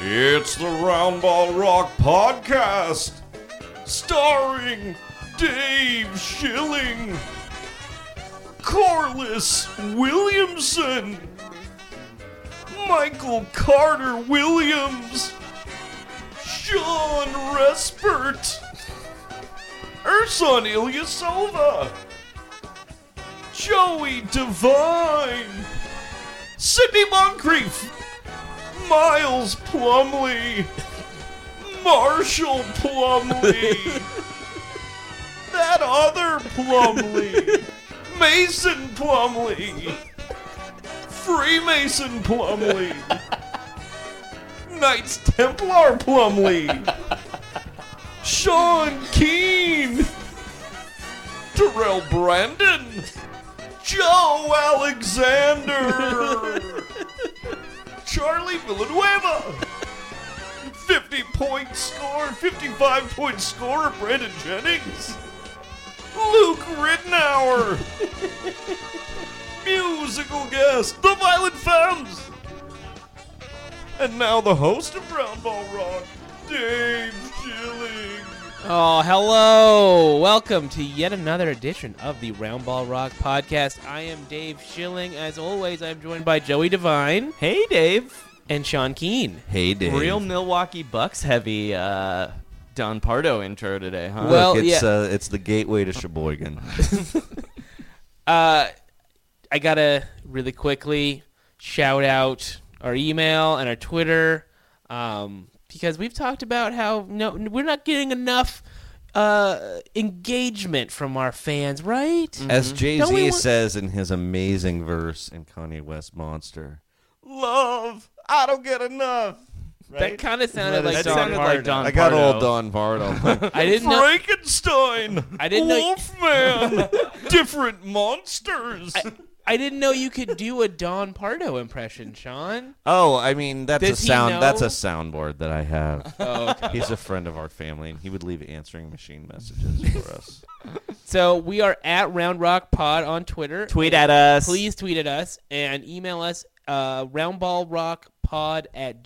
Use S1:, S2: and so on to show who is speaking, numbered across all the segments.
S1: It's the Roundball Rock Podcast, starring Dave Schilling, Corliss Williamson, Michael Carter Williams, Sean Respert, Ersan Ilyasova, Joey Devine, Sydney Moncrief. Miles Plumley, Marshall Plumley, that other Plumley, Mason Plumley, Freemason Plumley, Knights Templar Plumley, Sean Keane, Terrell Brandon, Joe Alexander. Charlie Villanueva. 50 point score, 55 point scorer, Brandon Jennings. Luke Rittenauer. Musical guest, the Violent Femmes. And now the host of Brown Ball Rock, Dave Schilling.
S2: Oh, hello. Welcome to yet another edition of the Roundball Rock Podcast. I am Dave Schilling. As always, I'm joined by Joey Devine. Hey, Dave. And Sean Keane.
S3: Hey, Dave.
S4: Real Milwaukee Bucks heavy uh, Don Pardo intro today, huh?
S2: Well,
S3: Look, it's
S2: yeah.
S3: uh, it's the gateway to Sheboygan.
S2: Uh, I got to really quickly shout out our email and our Twitter um, because we've talked about how no, we're not getting enough uh, engagement from our fans, right?
S1: Mm.
S3: As Jay
S2: Mm-hmm. Don't we
S3: Z
S2: want-
S3: says in his amazing verse in Kanye West Monster,
S1: Love, I don't get enough.
S2: That kind of sounded
S4: That
S2: like Don
S4: sounded
S2: Pardo.
S4: like Don
S3: I got
S4: Pardo.
S3: old Don Bardo.
S2: I didn't know.
S1: Frankenstein,
S2: I didn't know-
S1: Wolfman, different monsters.
S2: I didn't know you could do a Don Pardo impression, Sean.
S3: oh, I mean that's
S2: Does
S3: a
S2: he
S3: sound. That's a
S2: know?
S3: soundboard that I have.
S2: Oh, okay.
S3: He's a friend of our family, and he would leave answering machine messages for us.
S2: So we are at Round Rock Pod on Twitter.
S4: Tweet at us.
S2: Please tweet at us and email us uh, roundballrockpod at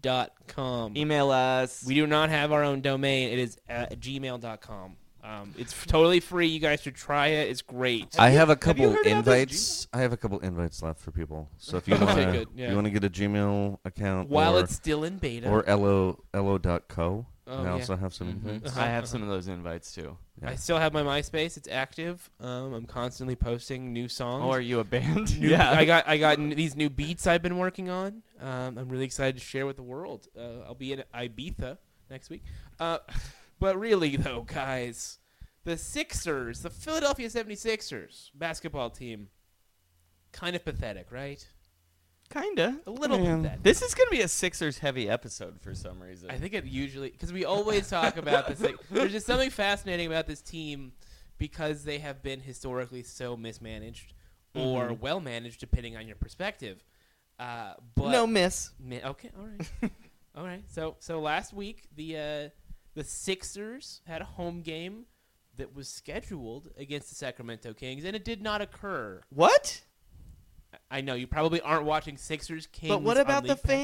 S2: gmail.com.
S4: Email us.
S2: We do not have our own domain. It is at gmail.com. Um, it's f- totally free. You guys should try it. It's great.
S3: I have a couple invites. I have a couple invites left for people. So if you
S2: Okay,
S3: want to,
S2: good, yeah.
S3: you want to get a Gmail account
S2: While
S3: or,
S2: it's still in beta.
S3: or lo lo.co.
S2: Oh,
S3: I
S2: yeah.
S3: also have some invites.
S4: I have some of those invites too.
S2: I still have my MySpace. It's active. Um, I'm constantly posting new songs.
S4: Oh, are you a band?
S2: New- I got I got n- these new beats I've been working on. Um, I'm really excited to share with the world. Uh, I'll be in Ibiza next week. Uh, but really though, guys, the Sixers, the Philadelphia 76ers basketball team, kind of pathetic, right?
S4: Kinda.
S2: A little bit. That.
S4: This is gonna be a Sixers heavy episode for some reason.
S2: I think it usually because we always talk about this. Like, there's just something fascinating about this team because they have been historically so mismanaged or well managed, depending on your perspective. Uh, but
S4: no miss.
S2: Mi- okay, all right, all right. So so last week the uh, the Sixers had a home game that was scheduled against the Sacramento Kings, and it did not occur.
S4: What?
S2: I know you probably aren't watching Sixers Kings,
S4: But what
S2: on
S4: about the
S2: League Pass.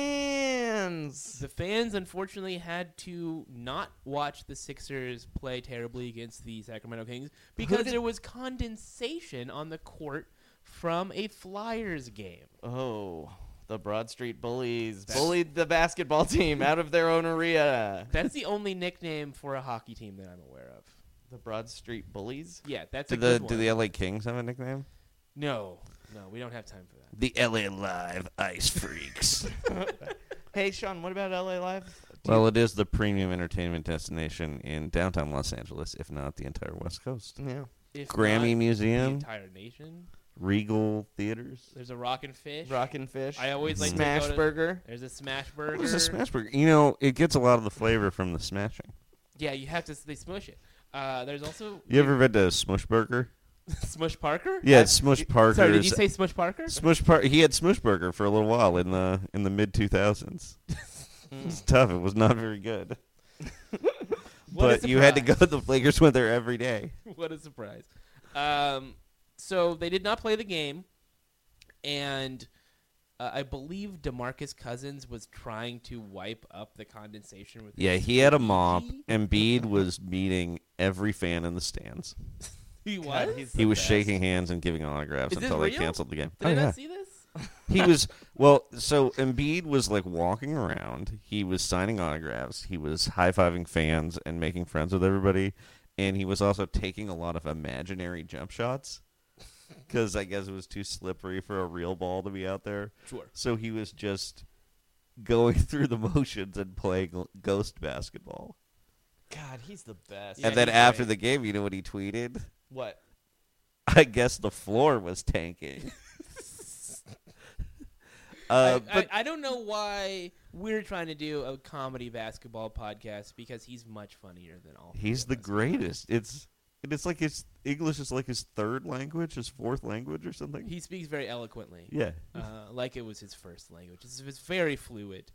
S4: fans?
S2: The fans unfortunately had to not watch the Sixers play terribly against the Sacramento Kings because
S4: did-
S2: there was condensation on the court from a Flyers game.
S4: Oh, the Broad Street Bullies bullied the basketball team out of their own arena.
S2: That's the only nickname for a hockey team that I'm aware of.
S4: The Broad Street Bullies?
S2: Yeah, that's
S1: Do
S2: a
S3: Uh,
S1: the
S2: good
S1: do
S2: one.
S1: the LA Kings have a nickname?
S2: no, no, we don't have time for that.
S1: The LA Live Ice Freaks.
S4: Hey, Sean, what about LA Live?
S1: well, it is the premium entertainment destination in downtown Los Angeles, if not the entire West Coast.
S4: Yeah.
S2: If
S1: Grammy
S2: not
S1: Museum?
S2: the entire nation.
S1: Regal Theaters.
S2: There's a Rockin' Fish.
S4: Rockin' Fish.
S2: I always like to go
S4: Smash
S2: to-
S4: Burger.
S2: There's a Smash Burger.
S1: What is a smash burger? You know, it gets a lot of the flavor from the smashing.
S2: Yeah, you have to. s- They smush it. Uh, there's also
S1: You ever been to Smush Burger?
S2: Smush Parker.
S1: Yeah, it's Smush Parker's.
S2: Sorry, did you say Smush Parker?
S1: Smush Par- He had Smush Burger for a little while in the in the mid two thousands.
S2: Hmm.
S1: It's tough. It was not very good.
S2: What a
S1: but you had to go.
S2: surprise.
S1: The Lakers went there every day.
S2: what a surprise. Um, so they did not play the game, and uh, I believe Demarcus Cousins was trying to wipe up the condensation with.
S1: Yeah,
S2: his
S1: he had a mop.
S2: He-
S1: Embiid was meeting every fan in the stands.
S2: He was.
S4: he's-
S1: He was
S4: best.
S1: shaking hands and giving autographs
S2: Is this
S1: until they
S2: real?
S1: canceled the game.
S2: did I
S1: Oh,
S2: not
S1: yeah.
S2: see this?
S1: he was well. So Embiid was like walking around. He was signing autographs. He was high fiving fans and making friends with everybody. And he was also taking a lot of imaginary jump shots because I guess it was too slippery for a real ball to be out there.
S2: Sure.
S1: So he was just going through the motions and playing ghost basketball.
S4: God, he's the best.
S2: Yeah,
S1: and then
S2: he's
S1: after
S2: great.
S1: the game, you know what he tweeted?
S4: What?
S1: I guess the floor was tanking. uh,
S2: I- I, I don't know why we're trying to do a comedy basketball podcast because he's much funnier than all. three
S1: He's
S2: of
S1: the
S2: us.
S1: greatest. It's and it's like his English is like his third language, his fourth language or something.
S2: He speaks very eloquently,
S1: yeah.
S2: uh, like it was his first language. It's, it's very fluid.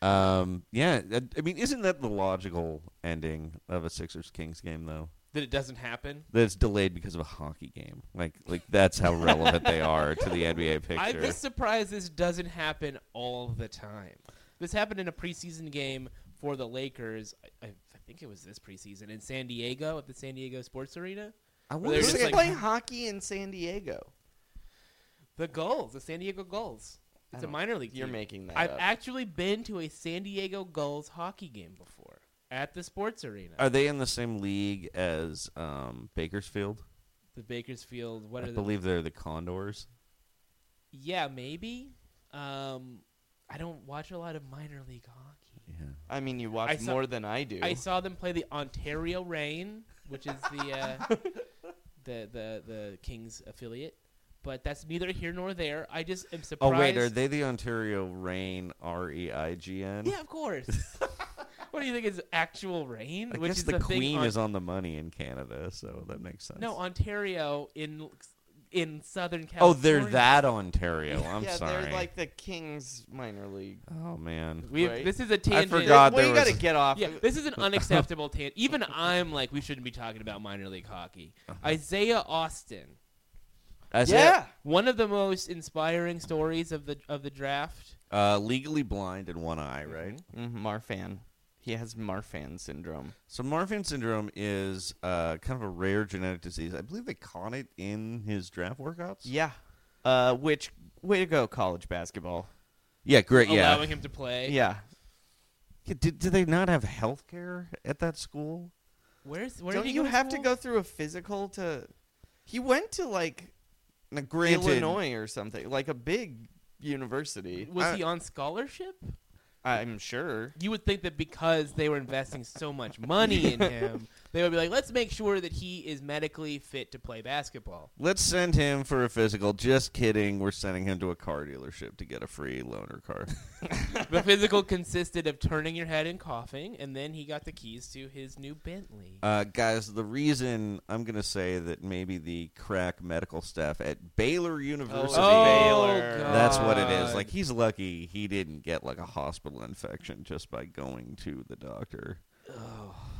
S1: Um. Yeah. that- I mean, isn't that the logical ending of a Sixers Kings game though?
S2: That it doesn't happen.
S1: That it's delayed because of a hockey game. Like, like that's how relevant they are to the NBA
S2: I'm
S1: picture.
S2: just surprised this doesn't happen all the time. This happened in a preseason game for the Lakers. I, I, I think it was this preseason in San Diego at the San Diego Sports Arena.
S1: I
S2: Where
S1: wanna
S2: they're
S4: Who's
S1: say-
S2: just like,
S4: playing hockey in San Diego?
S2: the Gulls, the San Diego Gulls. It's a minor league.
S4: You're
S2: team.
S4: making that
S2: I've
S4: up.
S2: actually been to a San Diego Gulls hockey game before at the Sports Arena.
S1: Are they in the same league as um, Bakersfield?
S2: the Bakersfield. What
S1: I
S2: are the
S1: believe they're the Condors.
S2: Yeah, maybe. Um, I don't watch a lot of minor league hockey.
S4: I mean, you
S2: I
S4: watch
S2: saw-
S4: more than I do.
S2: I saw them play the Ontario Reign, which is the uh, the the the Kings affiliate, but that's neither here nor there. I just am
S1: Oh
S2: surprised.
S1: wait, are they the Ontario Reign R E I G N?
S2: Yeah, of course. what do you think is actual rain?
S1: I
S2: which
S1: guess
S2: is
S1: the,
S2: thing
S1: queen
S2: on-
S1: is on the money in Canada, so that makes sense.
S2: no Ontario in in Southern
S1: oh,
S2: California.
S1: they're that Ontario. I'm
S4: yeah,
S1: sorry.
S4: they're like the Kings minor league.
S1: oh man,
S2: We
S4: right?
S2: this is a tangent.
S1: forgot God,
S4: well,
S1: there
S4: you
S1: was-
S4: got to get off.
S2: Yeah, this is an unacceptable tangent. Even I'm like, we shouldn't be talking about minor league hockey.
S1: Uh-huh.
S2: Isaiah Austin.
S1: As
S4: yeah.
S2: One of the most inspiring stories of the of the draft.
S1: a- uh, legally blind in one eye, right?
S2: Mm-hmm.
S4: Mm, Marfan. He has Marfan syndrome.
S1: So Marfan syndrome is uh, kind of a rare genetic disease. I believe they caught it in his draft workouts.
S4: Yeah. Uh, which way to go, college basketball?
S1: yeah, great. Yeah,
S2: allowing him to play.
S4: Yeah.
S1: Yeah, did, did they not have health care at that school?
S2: Where's where
S4: Don't
S2: did he
S4: you
S2: go
S4: have to
S2: school?
S4: go through a physical to? He went to like
S1: Now, granted,
S4: Illinois or something, like a big university.
S2: Was
S1: I-
S2: he on scholarship?
S4: I'm sure.
S2: You would think that because they were investing so much money in him, They would be like, let's make sure that he is medically fit to play basketball.
S1: Let's send him for a physical. Just kidding. We're sending him to a car dealership to get a free loaner car.
S2: The physical consisted of turning your head and coughing, and then he got the keys to his new Bentley.
S1: Uh, guys, the reason I'm going to say that maybe the crack medical staff at Baylor University.
S4: Baylor.
S2: Oh God.
S1: Oh, That's what it is. Like he's lucky he didn't get like a hospital infection just by going to the doctor.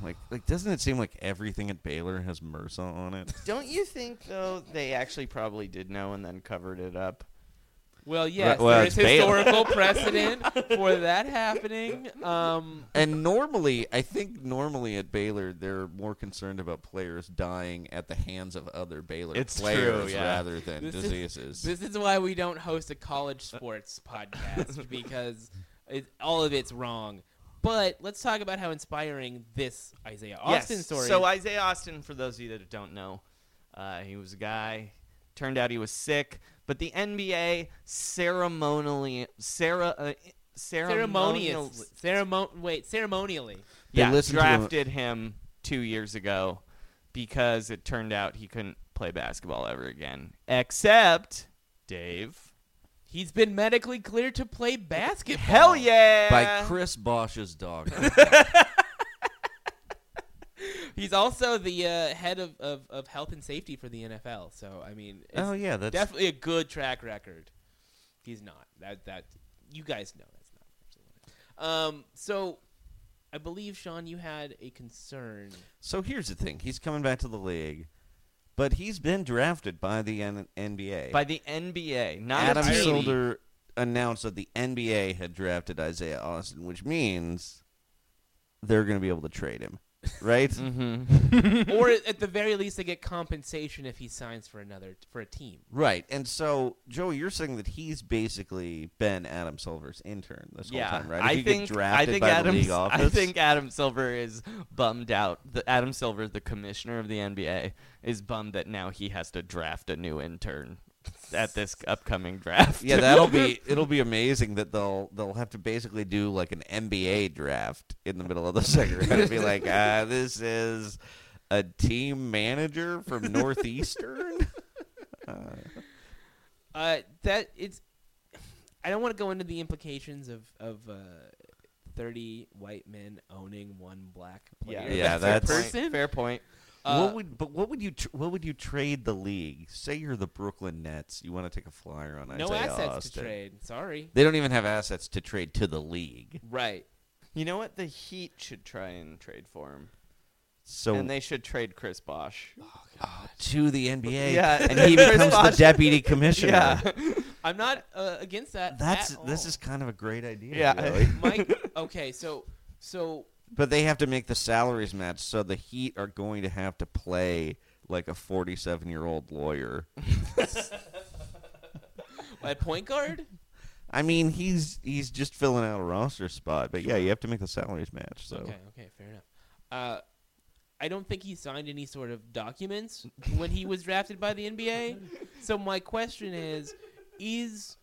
S1: Like like doesn't it seem like everything at Baylor has MRSA on it?
S4: Don't you think though they actually probably did know and then covered it up?
S2: Well, yes,
S1: well,
S2: there
S1: it's
S2: is
S1: Baylor.
S2: historical precedent for that happening. Um,
S1: And normally, I think normally at Baylor they're more concerned about players dying at the hands of other Baylor
S4: It's
S1: players
S4: true, yeah.
S1: rather than
S2: This is-
S1: diseases.
S2: This is why we don't host a college sports podcast because it, all of it's wrong. But let's talk about how inspiring this Isaiah Austin
S4: yes.
S2: story.
S4: So
S2: is.
S4: Isaiah Austin, for those of you that don't know, uh, he was a guy. Turned out he was sick, but the NBA ceremonially, Sarah, uh, ceremonial,
S2: ceremonious, ceremon- wait, ceremonially.
S1: They
S4: yeah,
S1: listened to him-
S4: drafted him two years ago because it turned out he couldn't play basketball ever again. Except Dave.
S2: He's been medically cleared to play basketball.
S4: Hell yeah!
S1: By Chris Bosch's dog.
S2: He's also the uh, head of, of, of health and safety for the NFL. So I mean, it's
S1: oh yeah, that's
S2: definitely a good track record. He's not. That that you guys know that's not. actually what it is. Um. So, I believe Sean, you had a concern.
S1: So here's the thing: he's coming back to the league, but he's been drafted by the N- NBA.
S4: by the NBA, not
S1: Adam
S4: a team.
S1: Silver announced that the NBA had drafted Isaiah Austin, which means they're going to be able to trade him, right?
S4: Mm-hmm.
S2: or at the very least, they get compensation if he signs for another for a team.
S1: Right. And so, Joey, you're saying that he's basically been Adam Silver's intern this
S4: Yeah,
S1: whole time, right? If
S4: I
S1: you
S4: think
S1: get drafted
S4: I think
S1: by
S4: Adam.
S1: the league office.
S4: I think Adam Silver is bummed out. The, Adam Silver, the commissioner of the NBA, is bummed that now he has to draft a new intern at this upcoming draft.
S1: Yeah, that'll be it'll be amazing that they'll they'll have to basically do like an NBA draft in the middle of the second round and be like, uh, this is a team manager from Northeastern.
S2: Uh, that it's. I don't want to go into the implications of of uh, thirty white men owning one black player.
S4: Yeah,
S1: Yeah,
S2: That's a
S1: that's-
S2: person.
S4: Fair point.
S1: what would but what would you tr- what would you trade the league? Say you're the Brooklyn Nets, you want to take a flyer on
S2: No
S1: Isaiah
S2: assets to
S1: Austin.
S2: trade. Sorry.
S1: They don't even have assets to trade to the league.
S2: Right.
S4: You know what? The Heat should try and trade for him,
S1: So
S4: and they should trade Chris Bosh.
S1: to the NBA,
S4: Yeah.
S1: and he
S4: Chris
S1: becomes the
S4: Bosh-
S1: deputy commissioner.
S2: I'm not uh, against that.
S1: That's
S2: at
S1: this
S2: all.
S1: is kind of a great idea.
S4: Yeah.
S1: Joey.
S2: Mike. Okay, so so
S1: But they have to make the salaries match, so the Heat are going to have to play like a 47 year old lawyer.
S2: at point guard,
S1: I mean, he's he's just filling out a roster spot, but yeah, you have to make the salaries match. So
S2: Okay, okay, fair enough. Uh, I don't think he signed any sort of documents when he was drafted by the NBA. So my question is, is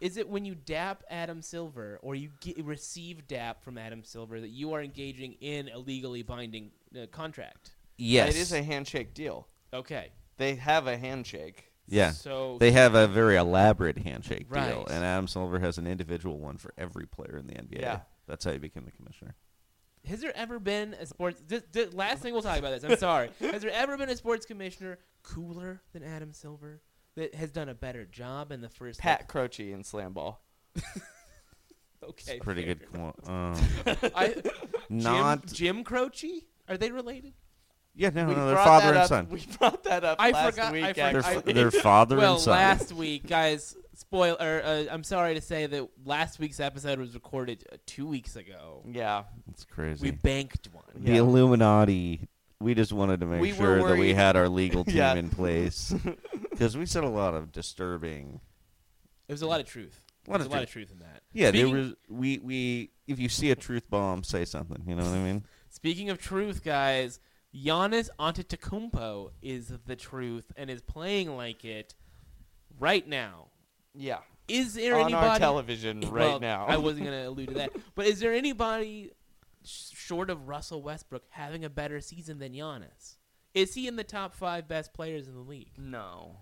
S2: is it when you dap Adam Silver or you ge- receive dap from Adam Silver that you are engaging in a legally binding uh, contract?
S1: yes,
S4: It is a handshake deal.
S2: Okay.
S4: They have a handshake.
S1: yeah.
S2: So
S1: they have a very elaborate handshake deal,
S2: Right.
S1: and Adam Silver has an individual one for every player in the NBA.
S4: Yeah.
S1: That's how he became the commissioner.
S2: has there ever been a sports? This, this, last thing we'll talk about this. I'm sorry. Has there ever been a sports commissioner cooler than Adam Silver that has done a better job in the first?
S4: Pat Croce and slam ball.
S2: okay,
S1: Pretty
S2: fair.
S1: good. qu- Um,
S2: I,
S1: not
S2: Jim, Jim Croce. Are they related?
S1: yeah, no,
S4: We
S1: no, they're
S4: brought
S1: father
S4: that
S1: and
S4: up-
S1: son.
S4: We brought that up
S2: I
S4: last
S2: forgot- I
S4: week.
S2: forgot-
S1: They're,
S4: actually.
S1: f- they're father
S2: well,
S1: and son.
S2: last week, guys. Spoiler. Uh, I'm sorry to say that last week's episode was recorded uh, two weeks ago.
S4: yeah.
S1: It's crazy.
S2: We banked one.
S1: the Illuminati. We just wanted to make
S4: We were
S1: sure that we
S4: worried.
S1: had our legal team
S4: Yeah.
S1: in place because we said a lot of disturbing.
S2: It was a lot of truth.
S1: Lot
S2: There's
S1: of
S2: a lot of truth in that.
S1: Yeah,
S2: speaking,
S1: there was we we if you see a truth bomb, say something. You know what I mean?
S2: Speaking of truth, guys, Giannis Antetokounmpo is the truth and is playing like it right now.
S4: Yeah.
S2: Is there
S4: On
S2: anybody
S4: our television right
S2: Well,
S4: now.
S2: I wasn't gonna allude to that, but is there anybody sh- short of Russell Westbrook having a better season than Giannis? Is he in the top five best players in the
S4: Mm,
S2: league?
S4: No.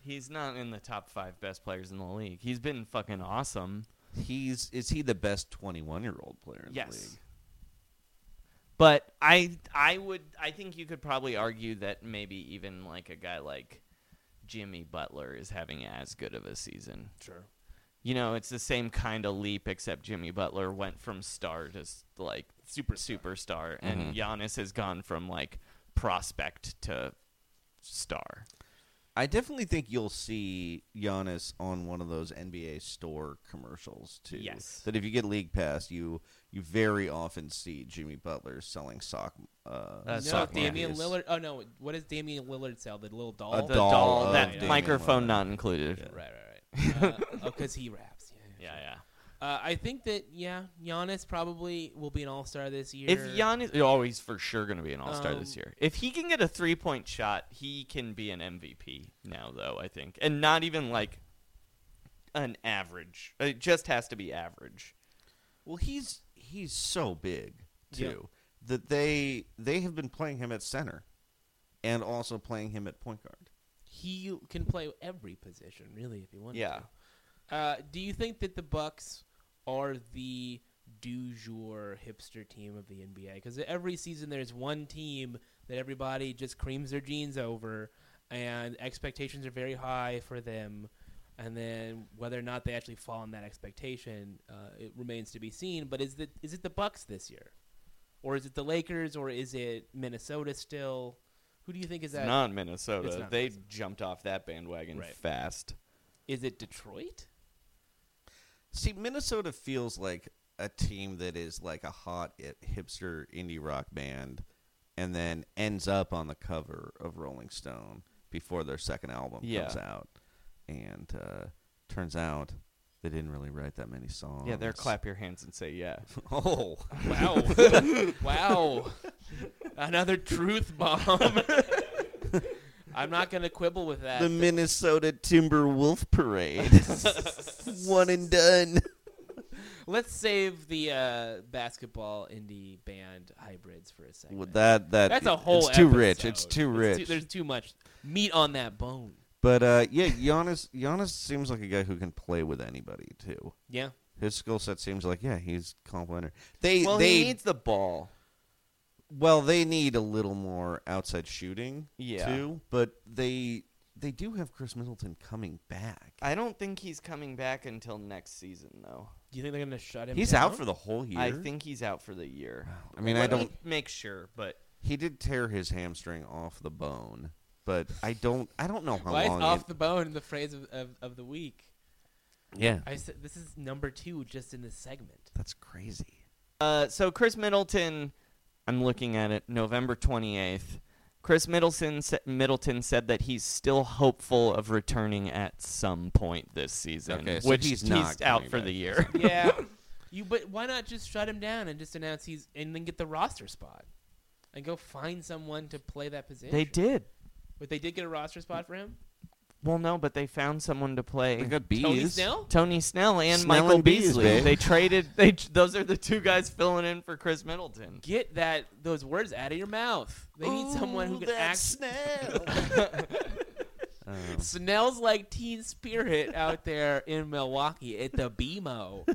S4: He's not in the top five best players in the league. He's been fucking awesome.
S1: He's is he the best 21 year old player in the
S4: Yes.
S1: league?
S4: But I I would I think you could probably argue that maybe even like a guy like Jimmy Butler is having as good of a season.
S2: Sure.
S4: You know, it's the same kind of leap except Jimmy Butler went from star to s- like super superstar
S1: Mm-hmm.
S4: and Giannis has gone from like prospect to star.
S1: I definitely think you'll see Giannis on one of those NBA store commercials too.
S4: Yes.
S1: That if you get League Pass, you you very often see Jimmy Butler selling sock. Uh,
S4: Uh,
S2: no,
S4: sock
S2: Damian
S1: markets.
S2: Lillard. Oh no, what does Damian Lillard sell? The little doll.
S1: A
S4: The
S1: doll
S4: doll,
S1: of
S4: that
S2: Damian
S4: microphone
S1: Lillard.
S4: not included.
S2: Right, right, right. Uh, oh, because he raps. Yeah.
S4: Yeah, yeah.
S2: Uh, I think that yeah, Giannis probably will be an All Star this year.
S4: If Giannis, oh, he's for sure going to be an All Star
S2: Um,
S4: this year. If he can get a three point shot, he can be an MVP now, though I think, and not even like an average. It just has to be average.
S1: Well, he's he's so big too
S2: Yeah.
S1: that they they have been playing him at center, and also playing him at point guard.
S2: he can play every position really if he wants
S4: Yeah.
S2: to. Uh, do you think that the Bucks are the du jour hipster team of the NBA? Because every season there's one team that everybody just creams their jeans over, and expectations are very high for them. And then whether or not they actually fall in that expectation, uh, it remains to be seen. But is it is it the Bucks this year, or is it the Lakers, or is it Minnesota still? Who do you think is that?
S4: It's not Minnesota.
S2: It's not
S4: they
S2: Minnesota.
S4: jumped off that bandwagon
S2: Right.
S4: fast.
S2: Is it Detroit?
S1: See, Minnesota feels like a team that is like a hot i- hipster indie rock band, and then ends up on the cover of Rolling Stone before their second album
S4: Yeah.
S1: comes out. And uh, turns out they didn't really write that many songs.
S4: Yeah, they're clap your hands and say yeah.
S1: Oh,
S2: Wow. wow. Another truth bomb. I'm not going to quibble with that.
S1: the Minnesota Timberwolf Parade, one and done.
S2: Let's save the uh, basketball indie band hybrids for a second.
S1: Well, that that
S2: That's a whole
S1: It's too
S2: episode.
S1: rich. It's too rich.
S2: there's too much meat on that bone.
S1: but uh, yeah, Giannis Giannis seems like a guy who can play with anybody too.
S2: Yeah.
S1: His skill set seems like yeah, he's complimentary. They
S4: Well,
S1: they
S4: he needs the ball.
S1: well they need a little more outside shooting
S4: Yeah.
S1: too, but they they do have Chris Middleton coming back.
S4: I don't think he's coming back until next season, though.
S2: Do you think they're going to shut him
S1: he's
S2: down?
S1: out for the whole year.
S4: I think he's out for the year.
S1: I mean, I
S4: Let me
S1: don't.
S4: make sure, but
S1: He did tear his hamstring off the bone, but I don't. I don't know how
S2: Why is
S1: long.
S2: off
S1: it-
S2: the bone the phrase of, of, of the week?
S1: yeah,
S2: I said this is number two just in this segment.
S1: that's crazy.
S4: Uh, so Chris Middleton, I'm looking at it, November 28th. Chris Middleton sa- Middleton said that he's still hopeful of returning at some point this season,
S1: Okay, so
S4: which
S1: he's not
S4: out
S1: coming
S4: for
S1: back
S4: the
S1: this
S4: year.
S2: Yeah. you but why not just shut him down and just announce he's and then get the roster spot and go find someone to play that position.
S4: they did.
S2: But they did get a roster spot for him.
S4: Well, no, but they found someone to play.
S1: They got bees.
S2: Tony Snell.
S4: Tony Snell and
S1: Snell
S4: Michael
S1: and Bees,
S4: Beasley.
S1: babe.
S4: They traded. They tr- those are the two guys filling in for Chris Middleton.
S2: Get that those words out of your mouth. They need someone who can act.
S4: Oh,
S2: Snell's like Teen Spirit out there in Milwaukee at the BMO.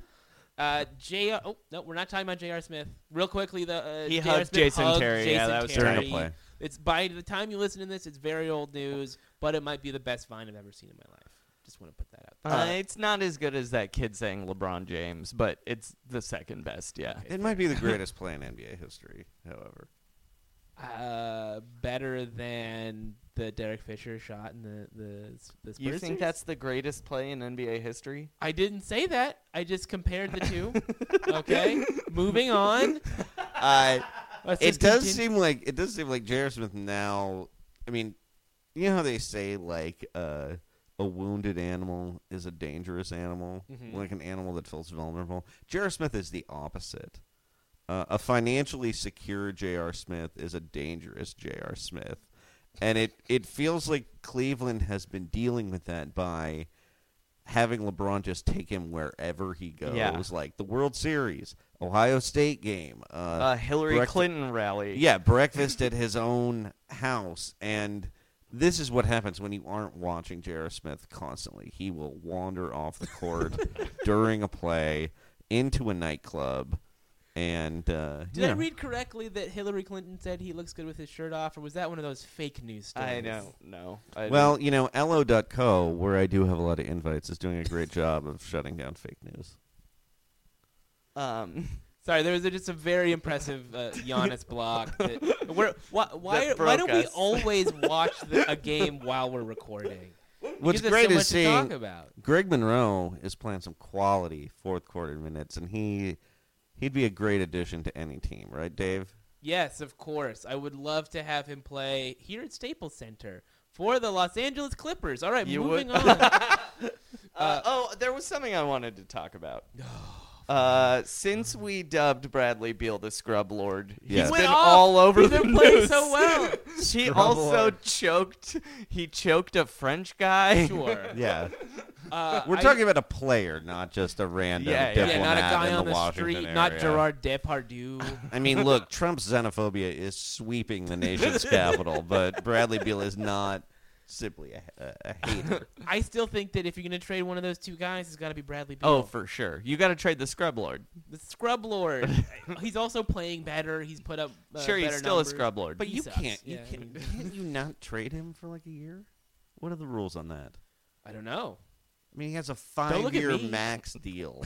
S2: Uh, J. Oh no, we're not talking about J.R. Smith. Real quickly, the uh,
S4: He
S2: J.R.
S4: hugged
S2: Smith
S4: Jason
S2: hugged
S4: Terry. Yeah,
S2: Jason
S4: that was
S2: Terry.
S1: During a play.
S2: It's by the time you listen to this, it's very old news, but it might be the best vine I've ever seen in my life. Just want to put that out.
S4: Uh,
S2: there.
S4: it's not as good as that kid saying LeBron James, but it's the second best. Yeah.
S1: It might be the greatest play in NBA history, however.
S2: Uh, better than the Derek Fisher shot in the the the Spurs.
S4: You think
S2: series?
S4: that's the greatest play in NBA history?
S2: I didn't say that. I just compared the two. okay, moving on.
S1: Uh,
S2: Let's
S1: it
S2: just
S1: does
S2: continue-
S1: seem like it does seem like J.R. Smith now. I mean, you know how they say like uh, a wounded animal is a dangerous animal, like an animal that feels vulnerable. J.R. Smith is the opposite. Uh, a financially secure J.R. Smith is a dangerous J.R. Smith, and it it feels like Cleveland has been dealing with that by having LeBron just take him wherever he goes,
S4: Yeah.
S1: like the World Series. Ohio State game. Uh,
S4: Uh, Hillary
S1: breakfast-
S4: Clinton rally.
S1: Yeah, breakfast at his own house, and this is what happens when you aren't watching J.R. Smith constantly. He will wander off the court during a play into a nightclub, and uh,
S2: Did I
S1: yeah.
S2: read correctly that Hillary Clinton said he looks good with his shirt off, or was that one of those fake news stories?
S4: I don't know. I
S1: Well, you know, lo.co, where I do have a lot of invites, is doing a great job of shutting down fake news.
S4: don't- um,
S2: Sorry, there was a, just a very impressive uh, Giannis block. That, we're, why why,
S4: That
S2: why don't
S4: broke
S2: we
S4: us.
S2: always watch the, a game while we're recording?
S1: What's
S2: Gives us
S1: great
S2: so
S1: is
S2: much to
S1: seeing
S2: talk about.
S1: Greg Monroe is playing some quality fourth quarter minutes, and he he'd be a great addition to any team, right, Dave?
S2: Yes, of course. I would love to have him play here at Staples Center for the Los Angeles Clippers. All right,
S4: You
S2: moving
S4: would-
S2: on.
S4: uh, oh, there was something I wanted to talk about. Uh, since we dubbed Bradley Beal the Scrub Lord,
S1: Yeah.
S4: he's
S2: Went
S4: been
S2: off.
S4: all over
S2: They're
S4: the
S2: playing
S4: news.
S2: so well.
S4: He also
S1: Lord.
S4: choked. He choked a French guy.
S2: Sure.
S1: Yeah.
S2: Uh,
S1: We're
S2: I-
S1: talking about a player, not just a random
S4: Yeah, yeah.
S1: diplomat
S2: yeah, not a guy
S1: in
S2: on
S1: the,
S2: the,
S1: Washington
S2: street,
S1: area.
S2: not Gerard Depardieu.
S1: I mean, look, Trump's xenophobia is sweeping the nation's capital, but Bradley Beal is not simply a, a, a hater.
S2: I still think that if you're going to trade one of those two guys, it's got to be Bradley Beal.
S4: Oh, for sure. You got to trade the Scrub Lord.
S2: the Scrub Lord. he's also playing better. He's put up. Uh,
S4: Sure, he's
S2: better
S4: still a
S2: numbers,
S4: Scrub Lord.
S2: but
S1: You
S2: he sucks.
S1: can't, you
S2: Yeah, I
S1: can't,
S2: mean,
S1: can't you not trade him for like a year? What are the rules on that?
S2: I don't know.
S1: I mean, he has a
S2: look at
S1: five-year
S2: me.
S1: max deal.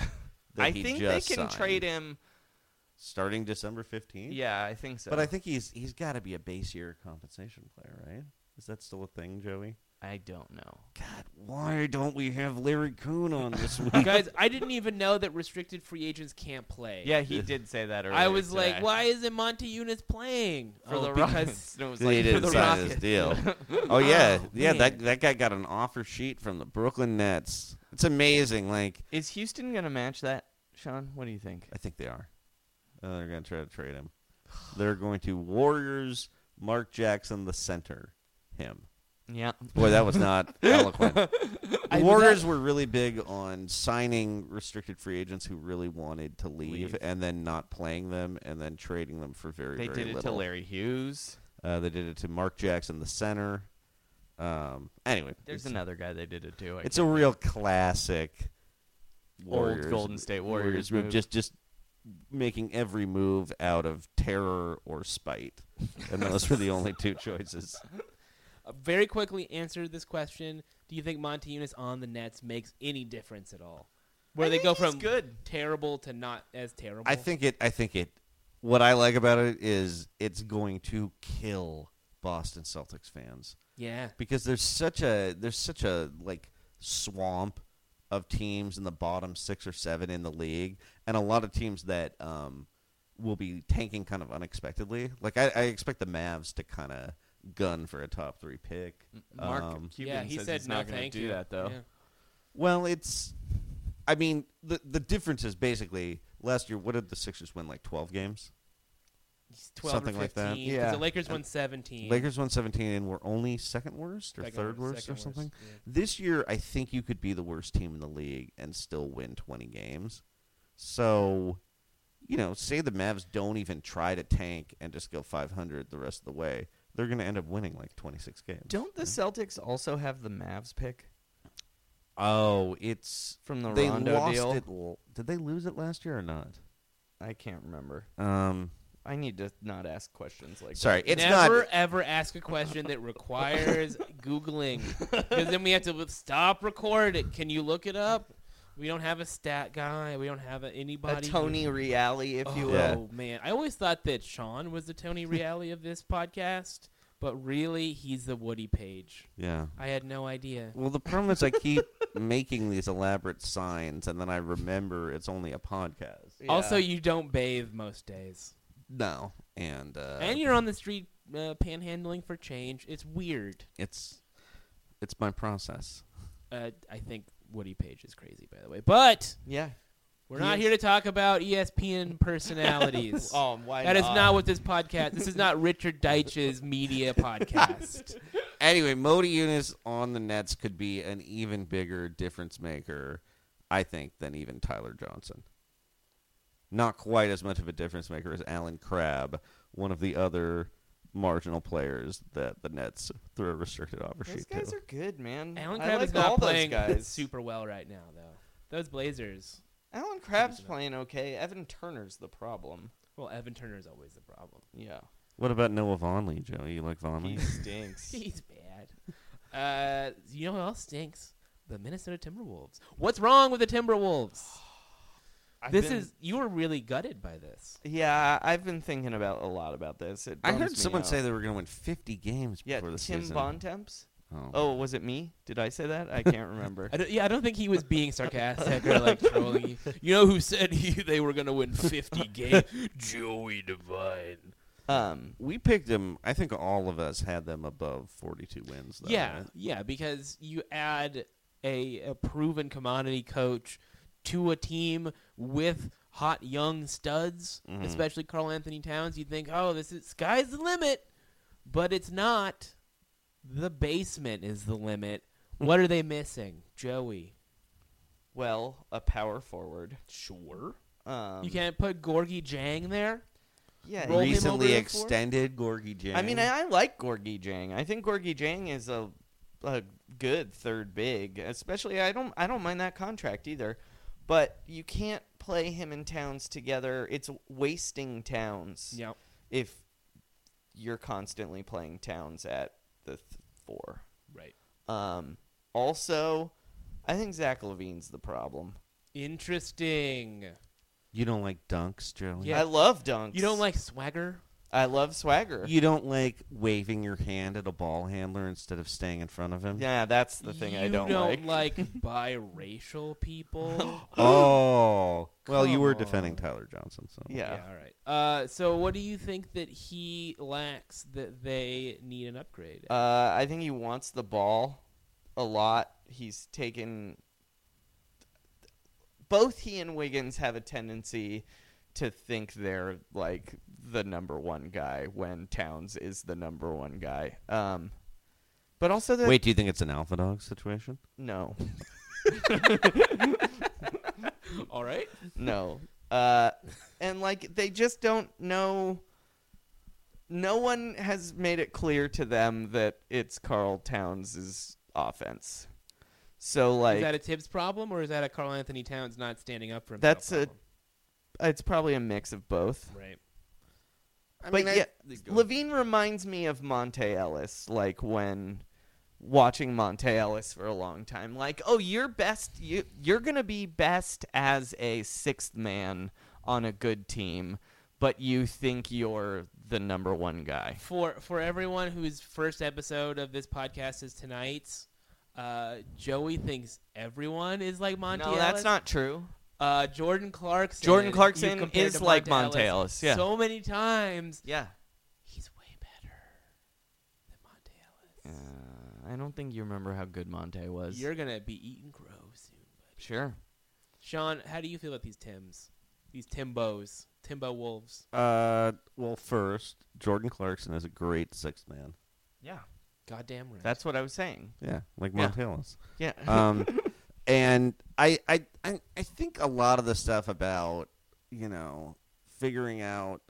S1: That
S4: I
S1: he
S4: think they
S1: just
S4: can
S1: signed,
S4: trade him.
S1: starting December fifteenth.
S4: Yeah, I think so.
S1: but I think he's he's got to be a base year compensation player, right? Is that still a thing, Joey?
S4: I don't know.
S1: God, why don't we have Larry Kuhn on this week?
S2: Guys, I didn't even know that restricted free agents can't play.
S4: Yeah, he did say that earlier.
S2: I was like,
S4: today.
S2: why isn't Monty Eunice playing for
S4: Oh,
S2: the
S4: because-
S2: Rockets?
S4: and it was
S1: They
S4: like, for
S1: didn't
S4: the
S1: sign
S4: Rockets.
S1: his deal. oh yeah, yeah.
S2: man.
S1: That that guy got an offer sheet from the Brooklyn Nets. It's amazing. Like
S4: Is Houston gonna match that, Sean? What do you think?
S1: I think they are. Uh, they're going to try to trade him. They're going to Warriors Mark Jackson the center him.
S4: Yeah.
S1: Boy, that was not eloquent. The
S2: I-
S1: Warriors were really big on signing restricted free agents who really wanted to leave, and then not playing them and then trading them for very
S4: They
S1: very
S4: did it to
S1: little.
S4: Larry Hughes.
S1: Uh, they did it to Mark Jackson the center. Um, anyway,
S4: There's
S1: it's,
S4: another guy they did it to. I
S1: it's
S4: guess.
S1: a real classic Warriors,
S4: old Golden State Warriors,
S1: Warriors move.
S4: move.
S1: Just just making every move out of terror or spite, and those were the only two choices.
S2: Uh, Very quickly answer this question. Do you think Monty Eunice on the Nets makes any difference at all? Where
S4: I
S2: they
S4: think
S2: go
S4: he's
S2: from
S4: good.
S2: terrible to not as terrible.
S1: I think it. I think it. What I like about it is it's going to kill Boston Celtics fans
S2: Yeah.
S1: because there's such a there's such a like swamp of teams in the bottom six or seven in the league, and a lot of teams that um, will be tanking kind of unexpectedly. Like I, I expect the Mavs to kind of gun for a top three pick.
S4: Mark
S1: Um,
S4: Cuban
S2: yeah, he
S4: says
S2: said
S4: he's
S2: no,
S4: not gonna
S2: thank
S4: do
S2: you.
S4: that though.
S2: Yeah.
S1: well, it's. I mean, the the difference is basically last year. What did the Sixers win? Like twelve games.
S2: He's 12
S1: Something
S2: or
S1: like
S2: 15,
S1: that.
S2: 'cause
S4: Yeah.
S2: The Lakers won 17.
S1: Lakers won 17 and were only second worst or
S2: Second
S1: third worst,
S2: worst, second
S1: or
S2: worst,
S1: something.
S2: yeah.
S1: This year, I think you could be the worst team in the league and still win 20 games. So, you know, say the Mavs don't even try to tank and just go 500 the rest of the way, they're going to end up winning like 26 games.
S4: Don't the Celtics also have the Mavs pick?
S1: oh, it's
S4: From the
S1: they
S4: Rondo
S1: lost
S4: deal?
S1: It, l- did they lose it last year or not?
S4: I can't remember.
S1: Um,
S4: I need to not ask questions like
S1: sorry, it's
S2: Never
S1: not.
S2: ever ask a question that requires googling, because then we have to w- stop record it. Can you look it up? We don't have a stat guy. We don't have a,
S4: that. A
S2: anybody. who-
S4: Tony Reale, if you
S2: Oh
S4: will.
S1: Yeah.
S2: man, I always thought that Sean was the Tony Reale of this podcast, but really he's the Woody Page.
S1: Yeah.
S2: I had no idea.
S1: Well, the problem is I keep making these elaborate signs, and then I remember it's only a podcast.
S2: Also, you don't bathe most days,
S1: No, and uh,
S2: and you're on the street uh, panhandling for change. It's weird.
S1: it's it's my process.
S2: Uh, I think Woody Page is crazy, by the way, but.
S4: Yeah.
S2: We're
S4: He
S2: not
S4: is-
S2: here to talk about E ESPN personalities.
S4: Oh, why
S2: That is
S4: not?
S2: not what this podcast. This is not Richard Deitch's media podcast.
S1: Anyway, Modi Unis on the Nets could be an even bigger difference maker, I think, than even Tyler Johnson. not quite as much of a difference maker as Alan Crabb, one of the other marginal players that the Nets threw a restricted offer
S4: Those
S1: sheet
S4: guys
S1: to.
S4: are good, man.
S2: Alan
S4: I
S2: Crabb
S4: like
S2: is not
S4: all
S2: playing
S4: those guys.
S2: super well right now, though. Those Blazers.
S4: Alan Crabb's playing okay. Evan Turner's the problem.
S2: Well, Evan Turner is always the problem.
S4: Yeah,
S1: What about Noah Vonley, Joey? You like
S4: he
S1: Vonley?
S4: stinks.
S2: He's bad. Uh, you know who else stinks? The Minnesota Timberwolves. What's wrong with the Timberwolves?
S4: I've
S2: this
S4: been-
S2: is you were really gutted by this.
S4: Yeah, I've been thinking about a lot about this. It
S1: I
S4: bums
S1: heard
S4: me
S1: someone
S4: out.
S1: say they were going to win 50 games
S4: Yeah,
S1: before the
S4: Tim
S1: season.
S4: Bontemps.
S1: Oh.
S4: Oh, was it me? Did I say that? I can't remember.
S2: I don't, yeah, I don't think he was being sarcastic or like trolling you. You know who said he, they were going to win 50 games? Joey Devine.
S4: um,
S1: We picked them. I think all of us had them above 42 wins. Though,
S2: Yeah,
S1: right?
S2: yeah, because you add a, a proven commodity coach to a team with hot young studs, especially Carl Anthony Towns. You think, oh, this is sky's the limit, but it's not. The basement is the limit. What are they missing, Joey?
S4: well, a power forward.
S2: Sure.
S4: Um,
S2: you can't put Gorgie Jang there.
S4: Yeah,
S2: roll him
S1: Recently
S2: over the floor?
S1: extended Gorgie Jang.
S4: I mean, I, I like Gorgie Jang. I think Gorgie Jang is a, a good third big. Especially, I don't I don't mind that contract either. But you can't play him and Towns together. It's wasting Towns. If you're constantly playing Towns at the th- four.
S2: Right.
S4: Um, also, I think Zach Levine's the problem.
S2: Interesting.
S1: you don't like dunks, Joey.
S2: Oh, Yeah.
S4: I love dunks.
S2: You don't like swagger?
S4: I love swagger.
S1: You don't like waving your hand at a ball handler instead of staying in front of him.
S4: yeah, that's the thing I
S2: You
S4: don't,
S2: don't like. biracial people.
S1: Oh, well, you
S2: Come
S1: were
S2: on.
S1: defending Tyler Johnson, so
S4: Yeah.
S2: all right. Uh, so what do you think that he lacks that they need an upgrade? at?
S4: Uh, I think he wants the ball a lot. He's taken. Both he and Wiggins have a tendency to think they're like the number one guy when Towns is the number one guy. Um, but also that
S1: Wait, do you think it's an alpha dog situation?
S4: no, Um,
S2: all right.
S4: no, uh, and like they just don't know. No one has made it clear to them that it's Carl Towns' offense. So like
S2: is that a Tibbs problem or is that a Carl Anthony Towns not standing up for himself?
S4: That's a.
S2: problem?
S4: It's probably a mix of both.
S2: right.
S4: but yeah, Levine reminds me of Monte Ellis, like when watching Monte Ellis for a long time. Like, oh, you're best. You you're gonna be best as a sixth man on a good team, but you think you're the number one guy.
S2: For for everyone whose first episode of this podcast is tonight's, uh, Joey thinks everyone is like Monty.
S4: no, that's not true.
S2: Uh, Jordan Clarkson.
S4: Jordan
S2: you've
S4: Clarkson
S2: compared
S4: is
S2: to
S4: like
S2: Monte
S4: Monte Ellis, yeah.
S2: So many times.
S4: Yeah,
S2: He's way better than Monte Ellis.
S4: Uh, I don't think you remember how good Monte was.
S2: You're gonna be eating crow soon.
S4: sure.
S2: Sean, how do you feel about these Tims? These Timbos. Timbo Wolves.
S1: Uh, well, first, Jordan Clarkson is a great sixth man.
S4: Yeah,
S2: Goddamn right.
S4: that's what I was saying.
S1: Yeah, like
S4: Yeah.
S1: Montalis.
S4: Yeah.
S1: um, and I, I I I think a lot of the stuff about you know figuring out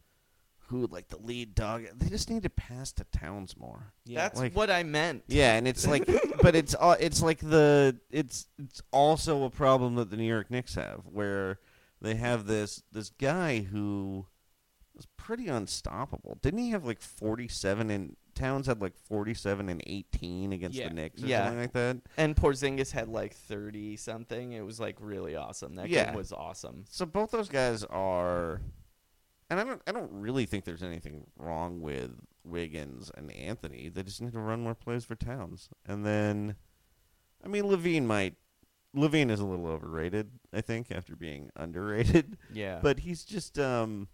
S1: who like the lead dog they just need to pass to Towns more.
S2: Yeah.
S4: That's
S1: like-
S4: what I meant.
S1: Yeah, and it's like, but it's all it's like the it's it's also a problem that the New York Knicks have where they have this this guy who was pretty unstoppable. Didn't he have like forty seven and Towns had like forty seven and eighteen against
S2: Yeah.
S1: the Knicks or
S4: Yeah.
S1: something like that.
S4: And Porzingis had like 30 something. It was like really awesome. That
S1: Yeah.
S4: game was awesome.
S1: So both those guys are, and I don't, I don't really think there's anything wrong with Wiggins and Anthony. They just need to run more plays for Towns, and then, I mean, Levine might. Levine is a little overrated, I think, after being underrated.
S4: Yeah.
S1: But he's just, um,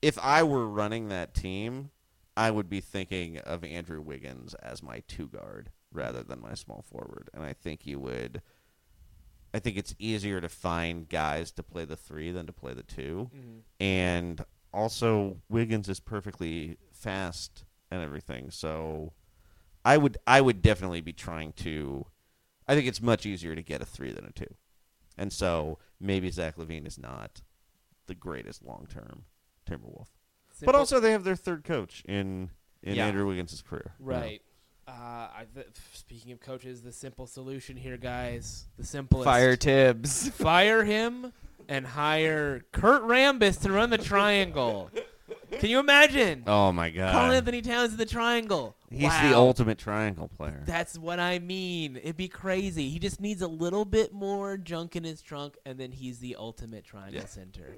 S1: if I were running that team, I would be thinking of Andrew Wiggins as my two guard rather than my small forward, and I think you would. I think it's easier to find guys to play the three than to play the 2
S2: Mm-hmm.
S1: And also, Wiggins is perfectly fast and everything. So, I would I would definitely be trying to. I think it's much easier to get a three than a two, and so maybe Zach Levine is not the greatest long term Timberwolf. But
S2: Simple-
S1: also, they have their third coach in in
S4: Yeah.
S1: Andrew Wiggins' career. you know.
S2: right. Uh, I th- speaking of coaches, the simple solution here, guys, the simplest:
S4: Fire Tibbs.
S2: fire him and hire Kurt Rambis to run the triangle. Can you imagine?
S1: Oh my God.
S2: Carl Anthony Towns in Um, the triangle.
S1: He's the
S2: Wow.
S1: ultimate triangle player.
S2: That's what I mean. It'd be crazy. He just needs a little bit more junk in his trunk, and then he's the ultimate triangle center.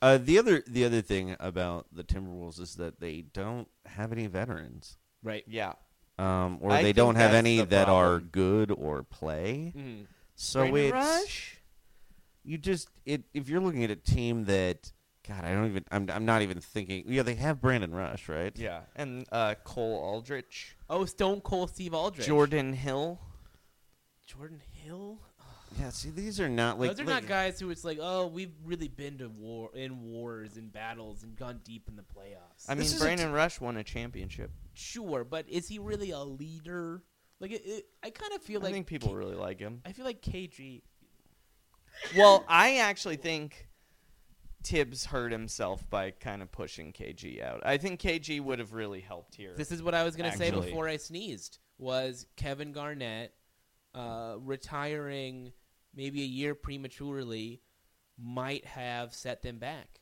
S1: Uh, the other the other thing about the Timberwolves is that they don't have any veterans,
S2: Right.
S4: Yeah.
S1: um, or
S4: I
S1: they
S4: think
S1: don't have
S4: that's
S1: any
S4: the
S1: that are
S4: problem.
S1: good or play.
S2: Mm.
S1: So
S2: Brandon
S1: it's
S2: Rush?
S1: you just it if you're looking at a team that God, I don't even I'm I'm not even thinking. Yeah, they have Brandon Rush, right?
S4: Yeah. And uh, Cole Aldrich.
S2: Oh, Stone Cold Steve Aldrich.
S4: Jordan Hill.
S2: Jordan Hill.
S1: Yeah. See, these are not like
S2: Those are
S1: like-
S2: not guys who it's like, oh, we've really been to war in wars and battles and gone deep in the playoffs.
S4: I
S1: This
S4: mean,
S1: is a
S4: Brandon Rush won a championship.
S2: sure, but is he really a leader? Like, it, it, I kind of feel
S4: I
S2: like
S4: think people really like him.
S2: I feel like KG.
S4: Well, I actually think Tibbs hurt himself by kind of pushing KG out. I think KG would have really helped here.
S2: This is what I was going to say
S4: Actually.
S2: before I sneezed. Was Kevin Garnett uh, retiring maybe a year prematurely might have set them back?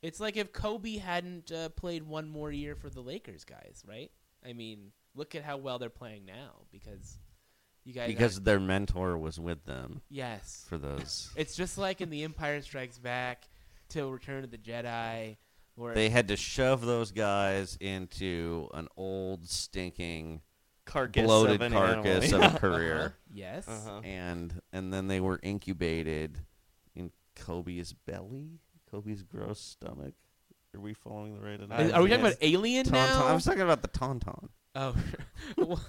S2: It's like if Kobe hadn't uh, played one more year for the Lakers, guys. Right? I mean, look at how well they're playing now because you guys.
S1: because
S2: aren't-
S1: their mentor was with them
S2: yes,
S1: for those.
S2: it's just like in The Empire Strikes Back to Return of the Jedi, where
S1: they had to shove those guys into an old stinking
S4: carcass
S1: bloated
S4: of an
S1: carcass
S4: animal.
S1: of a career.
S2: yes.
S4: Uh-huh.
S1: and and then they were incubated in Kobe's belly, Kobe's gross stomach. Are we following the right analogy?
S2: Are we talking about
S4: Yes.
S2: Alien now?
S1: Tauntaun? I was talking about the tauntaun.
S2: Oh, well,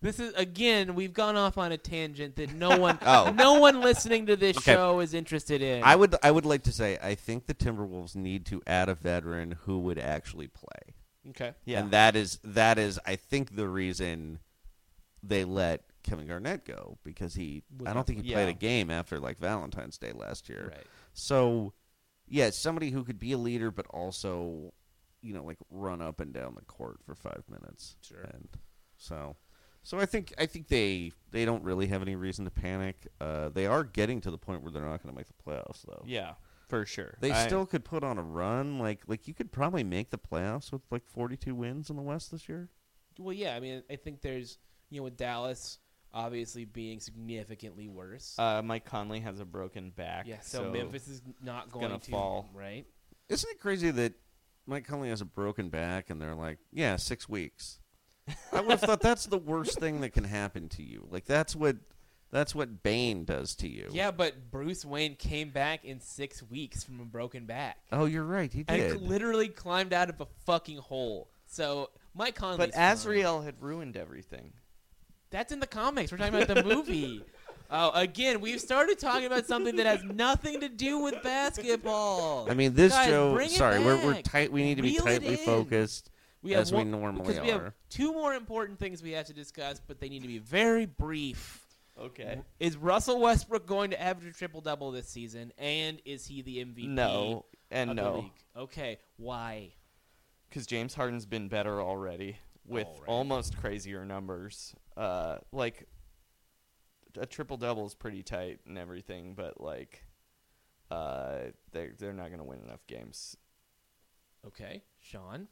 S2: this is again. We've gone off on a tangent that no one,
S1: Oh.
S2: no one listening to this
S1: Okay.
S2: show is interested in.
S1: I would I would like to say I think the Timberwolves need to add a veteran who would actually play,
S2: okay.
S4: Yeah.
S1: and that is that is I think the reason they let Kevin Garnett go because he I don't think he played
S4: yeah.
S1: a game after like Valentine's Day last year.
S2: Right.
S1: So, yeah, somebody who could be a leader but also, you know, like run up and down the court for five minutes.
S2: Sure.
S1: And so, so I think I think they they don't really have any reason to panic. Uh, they are getting to the point where they're not going to make the playoffs though.
S4: Yeah, for sure.
S1: They
S4: I-
S1: still could put on a run, like like you could probably make the playoffs with like forty two wins in the West this year.
S2: Well, yeah. I mean, I think there's, you know, with Dallas obviously being significantly worse.
S4: Uh, Mike Conley has a broken back.
S2: yeah. So, Memphis is not going
S4: gonna
S2: to
S4: fall.
S2: right.
S1: Isn't it crazy that Mike Conley has a broken back and they're like, yeah, six weeks? I would have thought that's the worst thing that can happen to you. Like that's what that's what Bane does to you.
S2: Yeah, but Bruce Wayne came back in six weeks from a broken back
S1: Oh, you're right. He
S2: and
S1: did.
S2: literally climbed out of a fucking hole. So Mike Conley.
S4: But Azrael had ruined everything.
S2: That's in the comics. We're talking about the movie. Oh, again, we've started talking about something that has nothing to do with basketball.
S1: I mean, this
S2: Guys,
S1: show.
S2: bring it
S1: Sorry, we're we're
S2: back.
S1: tight. We need to be
S2: Reel it
S1: tightly
S2: in.
S1: focused,
S2: We have
S1: as
S2: one-
S1: we normally
S2: because we
S1: are.
S2: have two more important things we have to discuss, but they need to be very brief.
S4: Okay.
S2: Is Russell Westbrook going to average a triple double this season, and is he the MVP?
S4: No, and
S2: of The
S4: no,
S2: league? Okay, why?
S4: because James Harden's been better already with
S2: Already.
S4: almost crazier numbers. Uh, like a triple double is pretty tight and everything, but like, uh, they they're not gonna win enough games.
S2: Okay, Sean.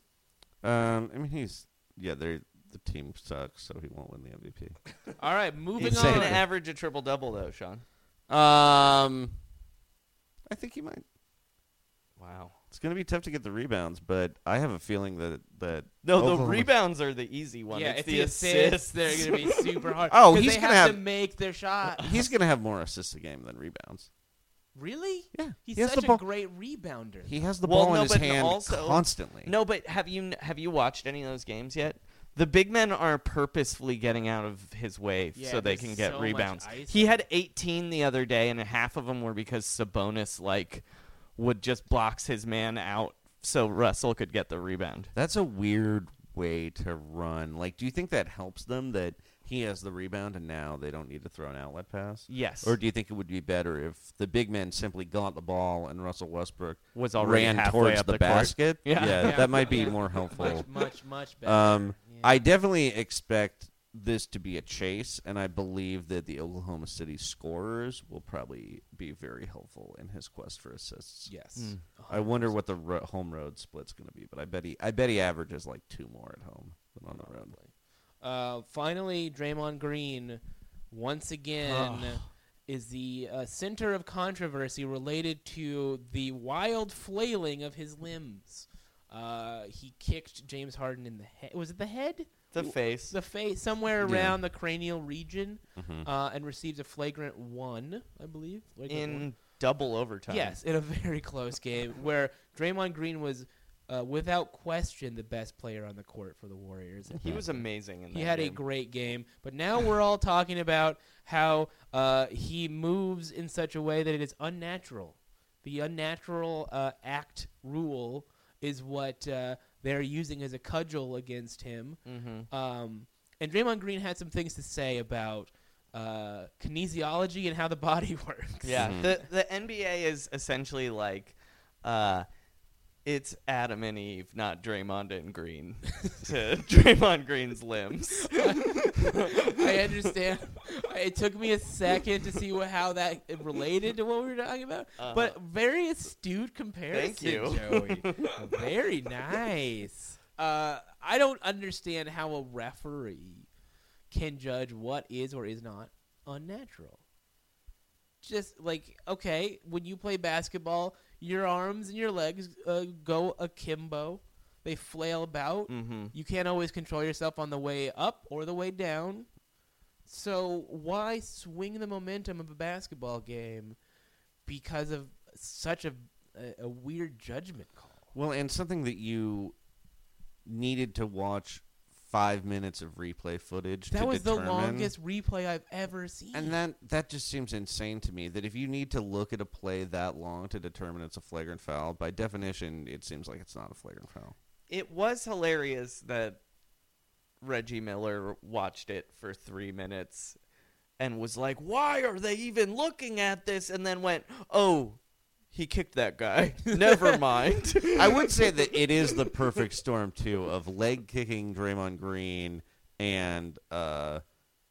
S1: Um, I mean, he's yeah. They the team sucks, so he won't win the MVP.
S2: All right, moving
S4: He's
S2: on.
S4: gonna average a triple double though, Sean.
S1: Um, I think he might.
S4: Wow.
S1: It's going to be tough to get the rebounds, but I have a feeling that that
S4: No, the
S1: Oklahoma-
S4: rebounds are the easy one.
S2: yeah,
S4: it's,
S2: if
S4: the assists.
S2: They're going to be super hard.
S1: Oh,
S2: 'Cause
S1: he's
S2: they
S1: gonna
S2: have to
S1: have- Uh,
S2: make their shot.
S1: He's going to have more assists a game than rebounds.
S2: Really?
S1: Yeah,
S2: He's
S1: he has
S2: such
S1: the
S2: a
S1: ball-
S2: great rebounder.
S1: He has the
S4: well,
S1: ball
S4: no,
S1: in his
S4: but
S1: hand
S4: also,
S1: constantly.
S4: No, but have you have you watched any of those games yet? The big men are purposefully getting out of his way
S2: Yeah,
S4: so they
S2: there's
S4: can get
S2: so much
S4: rebounds.
S2: ice
S4: He had 18 the other day, and half of them were because Sabonis like would just blocks his man out so Russell could get the rebound.
S1: That's a weird way to run. Like, do you think that helps them that he has the rebound, and now they don't need to throw an outlet pass?
S4: Yes.
S1: Or do you think it would be better if the big men simply got the ball and Russell Westbrook
S4: Was already
S1: ran
S4: halfway
S1: towards
S4: up
S1: the,
S4: the court?
S1: basket?
S4: Yeah.
S1: that might be more helpful.
S2: Much, much, much better.
S1: Um, I definitely expect this to be a chase, and I believe that the Oklahoma City scorers will probably be very helpful in his quest for assists.
S2: yes.
S1: I wonder what the ro- home road split's going to be, but I bet he I bet he averages like two more at home than on the road.
S2: Uh, finally, Draymond Green, once again, is the uh, center of controversy related to the wild flailing of his limbs. Uh, he kicked James Harden in the head. Was it the head?
S4: The face.
S2: The face, somewhere around the cranial region, uh, and receives a flagrant one, I believe. Flagrant one.
S4: in double overtime.
S2: Yes, in a very close game where Draymond Green was, uh, without question, the best player on the court for the Warriors.
S4: He was amazing in that
S2: He had a
S4: game.
S2: great game, but now we're all talking about how uh, he moves in such a way that it is unnatural. The unnatural uh, act rule is what uh, they're using as a cudgel against him.
S4: Mm-hmm.
S2: Um, and Draymond Green had some things to say about uh, kinesiology and how the body works.
S4: Yeah, the
S2: Mm-hmm.
S4: the NBA is essentially like, uh, it's Adam and Eve, not Draymond and Green, to Draymond Green's limbs.
S2: I understand. It took me a second to see what, how that related to what we were talking about, but very astute comparison.
S4: you.
S2: Joey. very nice. Uh, I don't understand how a referee can judge what is or is not unnatural. Just like okay, when you play basketball, your arms and your legs uh, go akimbo. They flail about. You can't always control yourself on the way up or the way down. So why swing the momentum of a basketball game because of such a a, a weird judgment call?
S1: Well, and something that you needed to watch five minutes of replay footage.
S2: That
S1: to
S2: was the
S1: determine-
S2: longest replay I've ever seen.
S1: And that that just seems insane to me. That if you need to look at a play that long to determine it's a flagrant foul, by definition, it seems like it's not a flagrant foul.
S4: It was hilarious that Reggie Miller watched it for three minutes and was like, "Why are they even looking at this?" And then went, "Oh." He kicked that guy. Never mind.
S1: I would say that it is the perfect storm too of leg kicking Draymond Green and uh,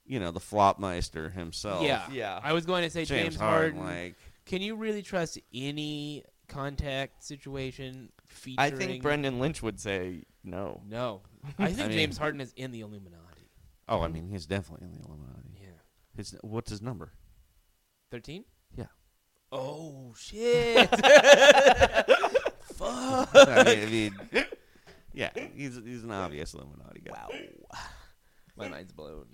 S1: you know the Flopmeister himself.
S2: yeah,
S4: Yeah.
S2: I was going to say
S1: James,
S2: James,
S1: Harden,
S2: Harden.
S1: like
S2: Can you really trust any contact situation featuring?
S4: I think Brendan Lynch would say no.
S2: No, I think
S1: mean-
S2: James Harden is in the Illuminati.
S1: oh, I mean he's definitely in the Illuminati.
S2: Yeah,
S1: His what's his number?
S2: thirteen.
S1: Yeah.
S2: Oh shit!
S1: I mean, I mean, yeah, he's he's an obvious Illuminati guy. Wow.
S2: My mind's blown.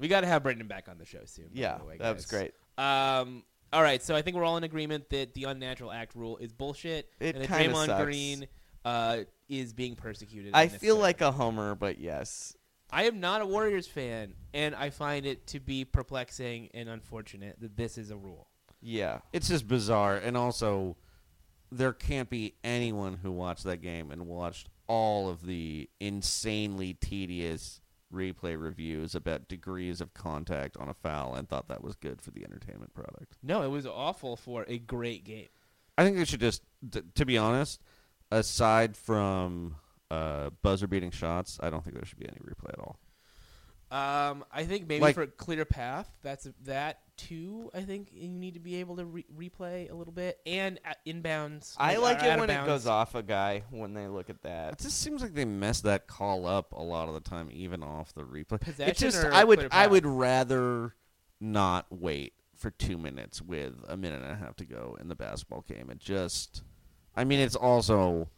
S2: We got to have Brendan back on the show soon. by
S4: Yeah,
S2: the way,
S4: that was
S2: guys.
S4: great.
S2: Um, all right, so I think we're all in agreement that the unnatural act rule is bullshit,
S4: It
S2: and that
S4: kinda
S2: Draymond
S4: sucks.
S2: Green uh, is being persecuted.
S4: I feel like a homer, but yes.
S2: I am not a Warriors fan, and I find it to be perplexing and unfortunate that this is a rule.
S4: Yeah.
S1: It's just bizarre, and also there can't be anyone who watched that game and watched all of the insanely tedious replay reviews about degrees of contact on a foul and thought that was good for the entertainment product.
S2: No, it was awful for a great game.
S1: I think they should just, t- to be honest, aside from uh, buzzer beating shots, I don't think there should be any replay at all.
S2: Um, I think maybe
S1: Like-
S2: for clear path, that's that too. I think you need to be able to re- replay a little bit and at inbounds.
S4: I like
S2: or
S4: it
S2: out of
S4: when it
S2: bounds.
S4: goes off a guy when they look at that.
S1: It just seems like they mess that call up a lot of the time, even off the replay.
S2: Possession
S1: it's just
S2: or
S1: I would
S2: clear
S1: I
S2: pass?
S1: would rather not wait for two minutes with a minute and a half to go in the basketball game. It just, I mean, it's also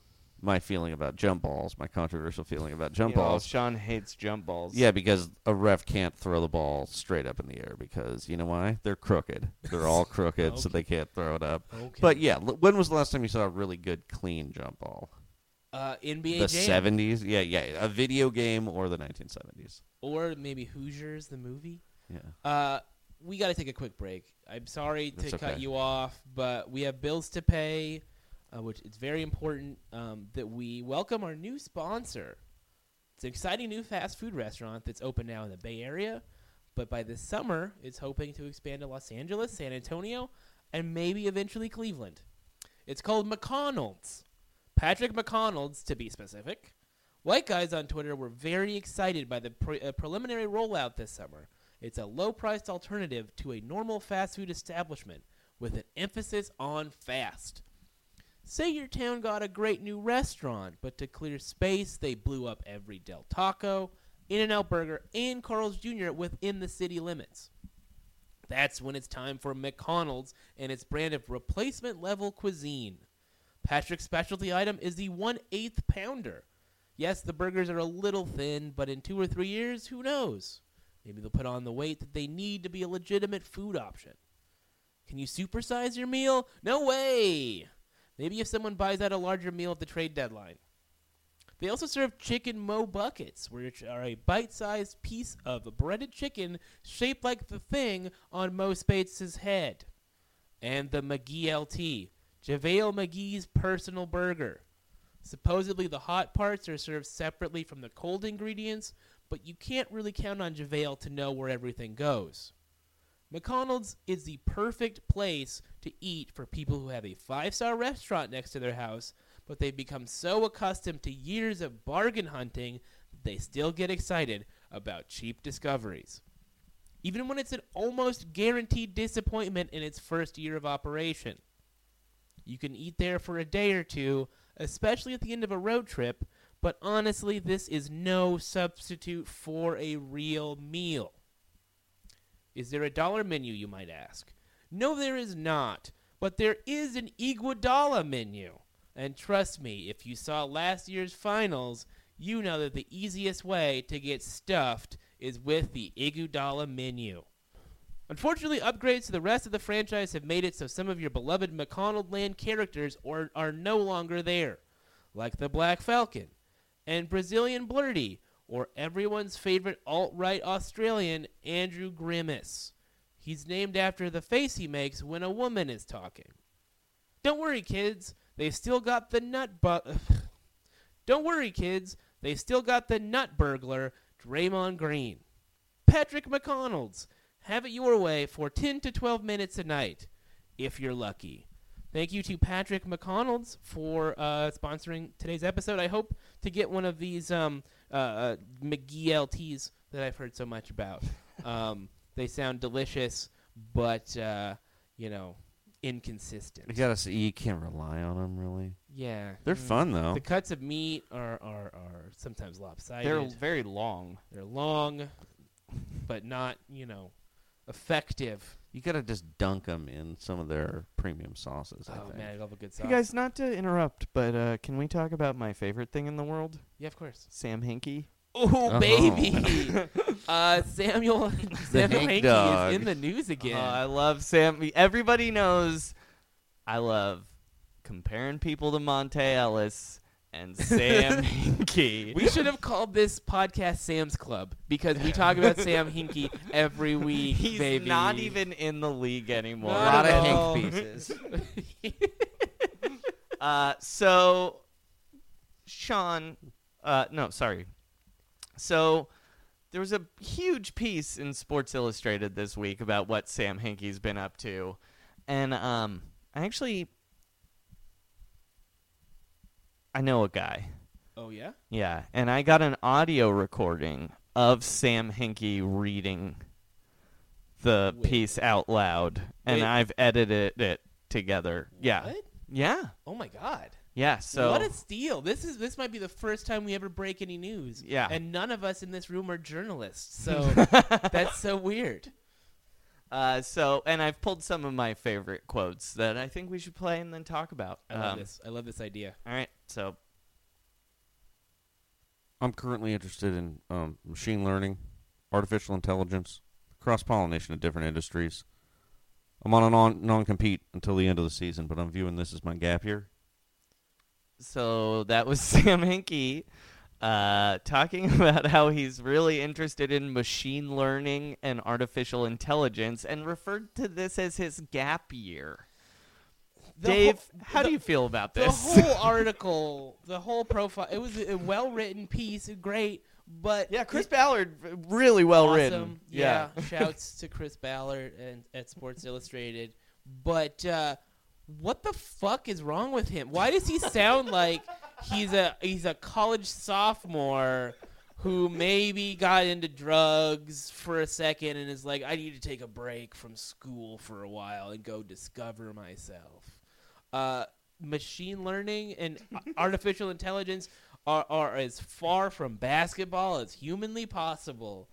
S1: my feeling about jump balls, my controversial feeling about jump
S4: You know,
S1: balls.
S4: Sean hates jump balls.
S1: Yeah, because a ref can't throw the ball straight up in the air because you know why? They're crooked. They're all crooked, so they can't throw it up. But yeah, l- when was the last time you saw a really good clean jump ball?
S2: uh, NBA
S1: the
S2: Jam.
S1: seventies. Yeah, yeah, a video game or the nineteen seventies.
S2: or maybe Hoosiers the movie.
S1: Yeah.
S2: Uh, we got to take a quick break. I'm sorry to
S1: That's
S2: cut
S1: okay.
S2: you off, but we have bills to pay, uh, which it's very important um, that we welcome our new sponsor. It's an exciting new fast food restaurant that's open now in the Bay Area. But by this summer, it's hoping to expand to Los Angeles, San Antonio, and maybe eventually Cleveland. It's called McConnell's. Patrick McConnell's, to be specific. White guys on Twitter were very excited by the pre- uh, preliminary rollout this summer. It's a low priced alternative to a normal fast food establishment with an emphasis on fast. Say your town got a great new restaurant, but to clear space, they blew up every Del Taco, In N Out Burger, and Carl's Jr. within the city limits. That's when it's time for McConnell's and its brand of replacement level cuisine. Patrick's specialty item is the 1 8th pounder. Yes, the burgers are a little thin, but in two or three years, who knows? Maybe they'll put on the weight that they need to be a legitimate food option. Can you supersize your meal? No way! Maybe if someone buys out a larger meal at the trade deadline. They also serve chicken mo buckets, which are a bite sized piece of breaded chicken shaped like the thing on Mo Spates's head. And the McGee LT, JaVale McGee's personal burger. Supposedly, the hot parts are served separately from the cold ingredients, but you can't really count on JaVale to know where everything goes. McConnell's is the perfect place to eat for people who have a five star restaurant next to their house, but they've become so accustomed to years of bargain hunting that they still get excited about cheap discoveries. Even when it's an almost guaranteed disappointment in its first year of operation, you can eat there for a day or two, especially at the end of a road trip, but honestly, this is no substitute for a real meal. Is there a dollar menu, you might ask? No, there is not, but there is an Iguodala menu. And trust me, if you saw last year's finals, you know that the easiest way to get stuffed is with the Iguodala menu. Unfortunately, upgrades to the rest of the franchise have made it so some of your beloved McConnell Land characters are, are no longer there, like the Black Falcon and Brazilian Blurdy, or everyone's favorite alt right Australian, Andrew Grimace. He's named after the face he makes when a woman is talking. Don't worry, kids. They've still got the nut bu- Don't worry, kids. They've still got the nut burglar, Draymond Green. Patrick McConnell's. Have it your way for 10 to 12 minutes a night, if you're lucky. Thank you to Patrick McConnell's for uh, sponsoring today's episode. I hope to get one of these um, uh, uh, McGee LTs that I've heard so much about. Um, they sound delicious, but uh, you know, inconsistent.
S1: You gotta see, you can't rely on them really.
S2: Yeah, Mm.
S1: They're fun though.
S2: the cuts of meat are are, are sometimes lopsided.
S4: They're
S2: They're,
S4: very long.
S2: long, but not you know effective.
S1: You gotta just dunk them in some of their premium sauces. I
S2: Oh
S1: think.
S2: man, I love a good sauce.
S4: You guys, not to interrupt, but uh, can we talk about my favorite thing in the world,
S2: yeah, of course.
S4: Sam Hinkie?
S2: Oh
S1: Uh-huh.
S2: baby, uh, Samuel Samuel
S1: Hank
S2: Hankey
S1: dog.
S2: is in the news again.
S4: Oh, I love Sam. Everybody knows I love comparing people to Monte Ellis and Sam Hinkie.
S2: We should have called this podcast Sam's Club because we talk about Sam Hinkie every week,
S4: He's
S2: baby.
S4: not even in the league anymore.
S2: Not Lot at of all.
S1: Hank pieces.
S4: Uh, so, Sean, uh, no, sorry. So, there was a huge piece in Sports Illustrated this week about what Sam Hinkie's been up to, and um, I actually, I know a guy.
S2: Oh yeah.
S4: Yeah, and I got an audio recording of Sam Hinkie reading the
S2: Wait.
S4: piece out loud, and
S2: Wait.
S4: I've edited it together. Yeah,
S2: What?
S4: yeah,
S2: Oh my God.
S4: yeah. So
S2: what a steal! This is this might be the first time we ever break any news.
S4: Yeah.
S2: And none of us in this room are journalists, so that's so weird.
S4: Uh, so, and I've pulled some of my favorite quotes that I think we should play and then talk about.
S2: I love
S4: Um,
S2: this. I love this idea.
S4: All right. So,
S1: I'm currently interested in um, machine learning, artificial intelligence, cross pollination of different industries. I'm on a non non compete until the end of the season, but I'm viewing this as my gap year.
S4: so that was Sam Hinkie uh, talking about how he's really interested in machine learning and artificial intelligence, and referred to this as his gap year.
S2: The
S4: Dave,
S2: whole-
S4: how
S2: the-
S4: do you feel about
S2: The
S4: this?
S2: whole article, the whole profile, it was a well written piece, great. But
S4: Yeah, Chris
S2: it-
S4: Ballard
S2: uh,
S4: really well written.
S2: awesome. Yeah, shouts to Chris Ballard and at Sports Illustrated. But uh, what the fuck is wrong with him? Why does he sound like he's a he's a college sophomore who maybe got into drugs for a second and is like, I need to take a break from school for a while and go discover myself. Uh, machine learning and artificial intelligence. Are, are as far from basketball as humanly possible.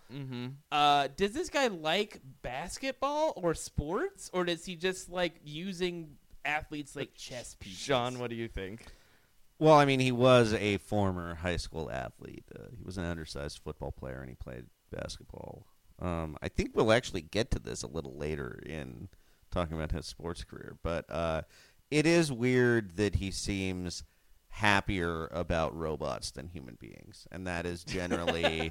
S2: Uh, does this guy like basketball or sports, or does he just like using athletes like chess pieces?
S4: Sean, what do you think?
S1: Well, I mean, he was a former high school athlete. Uh, he was an undersized football player, and he played basketball. Um, I think we'll actually get to this a little later in talking about his sports career, but uh, it is weird that he seems happier about robots than human beings, and that is generally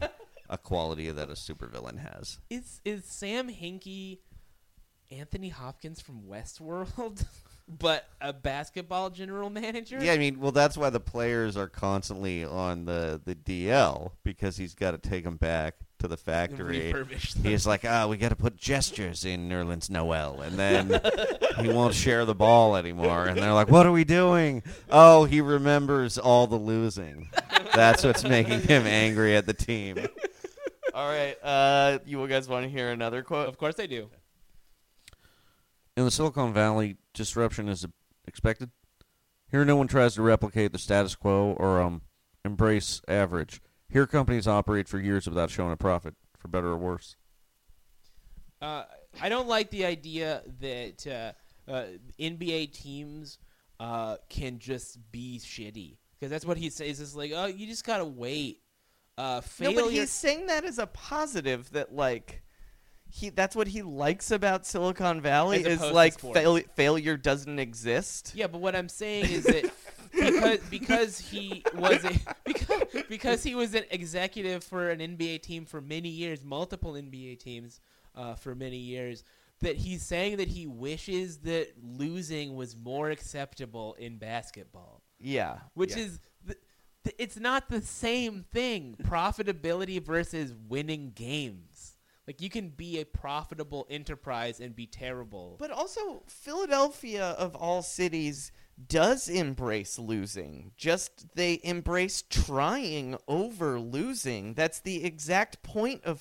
S1: a quality that a supervillain has.
S2: is is Sam Hinkie Anthony Hopkins from Westworld, but a basketball general manager?
S1: Yeah, I mean, well, that's why the players are constantly on the, the DL because he's got to take them back to the factory.
S2: refurbish them.
S1: He's like, ah, we got to put gestures in Nerlens Noel, and then he won't share the ball anymore. And they're like, what are we doing? Oh, he remembers all the losing. That's what's making him angry at the team.
S4: All right, uh, you guys want to hear another quote?
S2: of course I do.
S1: In the Silicon Valley, disruption is expected. Here, no one tries to replicate the status quo or um, embrace average. Here, companies operate for years without showing a profit, for better or worse.
S2: Uh, I don't like the idea that uh, uh, NBA teams uh, can just be shitty because that's what he says. It's like, oh, you just gotta wait. Uh, failure.
S4: No, but he's saying that as a positive that like he that's what he likes about Silicon Valley
S2: As
S4: is
S2: opposed to
S4: like
S2: sports.
S4: fail- failure doesn't exist.
S2: Yeah, but what I'm saying is that because because he was a, because, because he was an executive for an NBA team for many years, multiple NBA teams uh, for many years, that he's saying that he wishes that losing was more acceptable in basketball,
S4: Yeah.
S2: which is. Th- th- it's not the same thing. Profitability versus winning games. Like you can be a profitable enterprise and be terrible.
S4: But also Philadelphia of all cities does embrace losing. Just they embrace trying over losing. That's the exact point of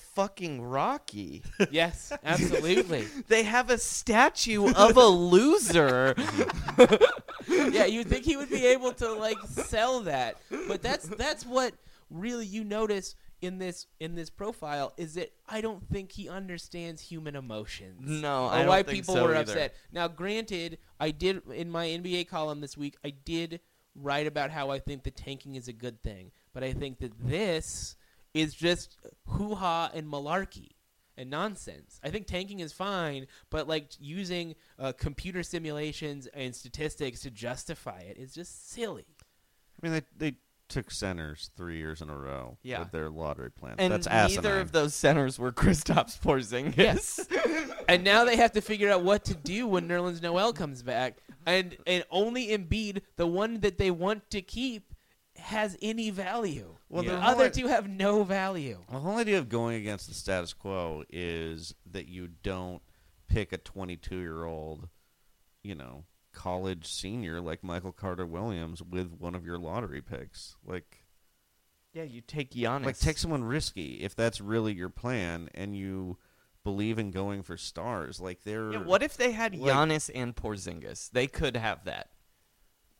S4: fucking Rocky.
S2: yes, absolutely.
S4: they have a statue of a loser.
S2: yeah, you'd think he would be able to like sell that, but that's that's what really you notice in this in this profile is that I don't think he understands human emotions.
S4: No,
S2: or
S4: I don't
S2: why
S4: think
S2: people
S4: so
S2: were
S4: either.
S2: upset. Now, granted, I did in my NBA column this week. I did write about how I think the tanking is a good thing, but I think that this is just hoo ha and malarkey and nonsense. I think tanking is fine, but like using uh, computer simulations and statistics to justify it is just silly.
S1: I mean, they they took centers three years in a row
S4: Yeah.
S1: with their lottery plan.
S4: and
S1: That's
S4: neither
S1: asinine.
S4: of those centers were Kristaps Porzingis.
S2: Yes. and now they have to figure out what to do when Nerlens Noel comes back. And and only Embiid, the one that they want to keep, has any value.
S1: Well,
S2: Well,
S1: the
S2: the
S1: whole i-
S2: other two have no value.
S1: The whole idea of going against the status quo is that you don't pick a 22 year old, you know, college senior like Michael Carter Williams with one of your lottery picks. Like,
S4: Yeah, you take Giannis.
S1: like take someone risky if that's really your plan and you believe in going for stars. Like, they're
S4: Yeah, what if they had
S1: Like-
S4: Giannis and Porzingis? They could have that.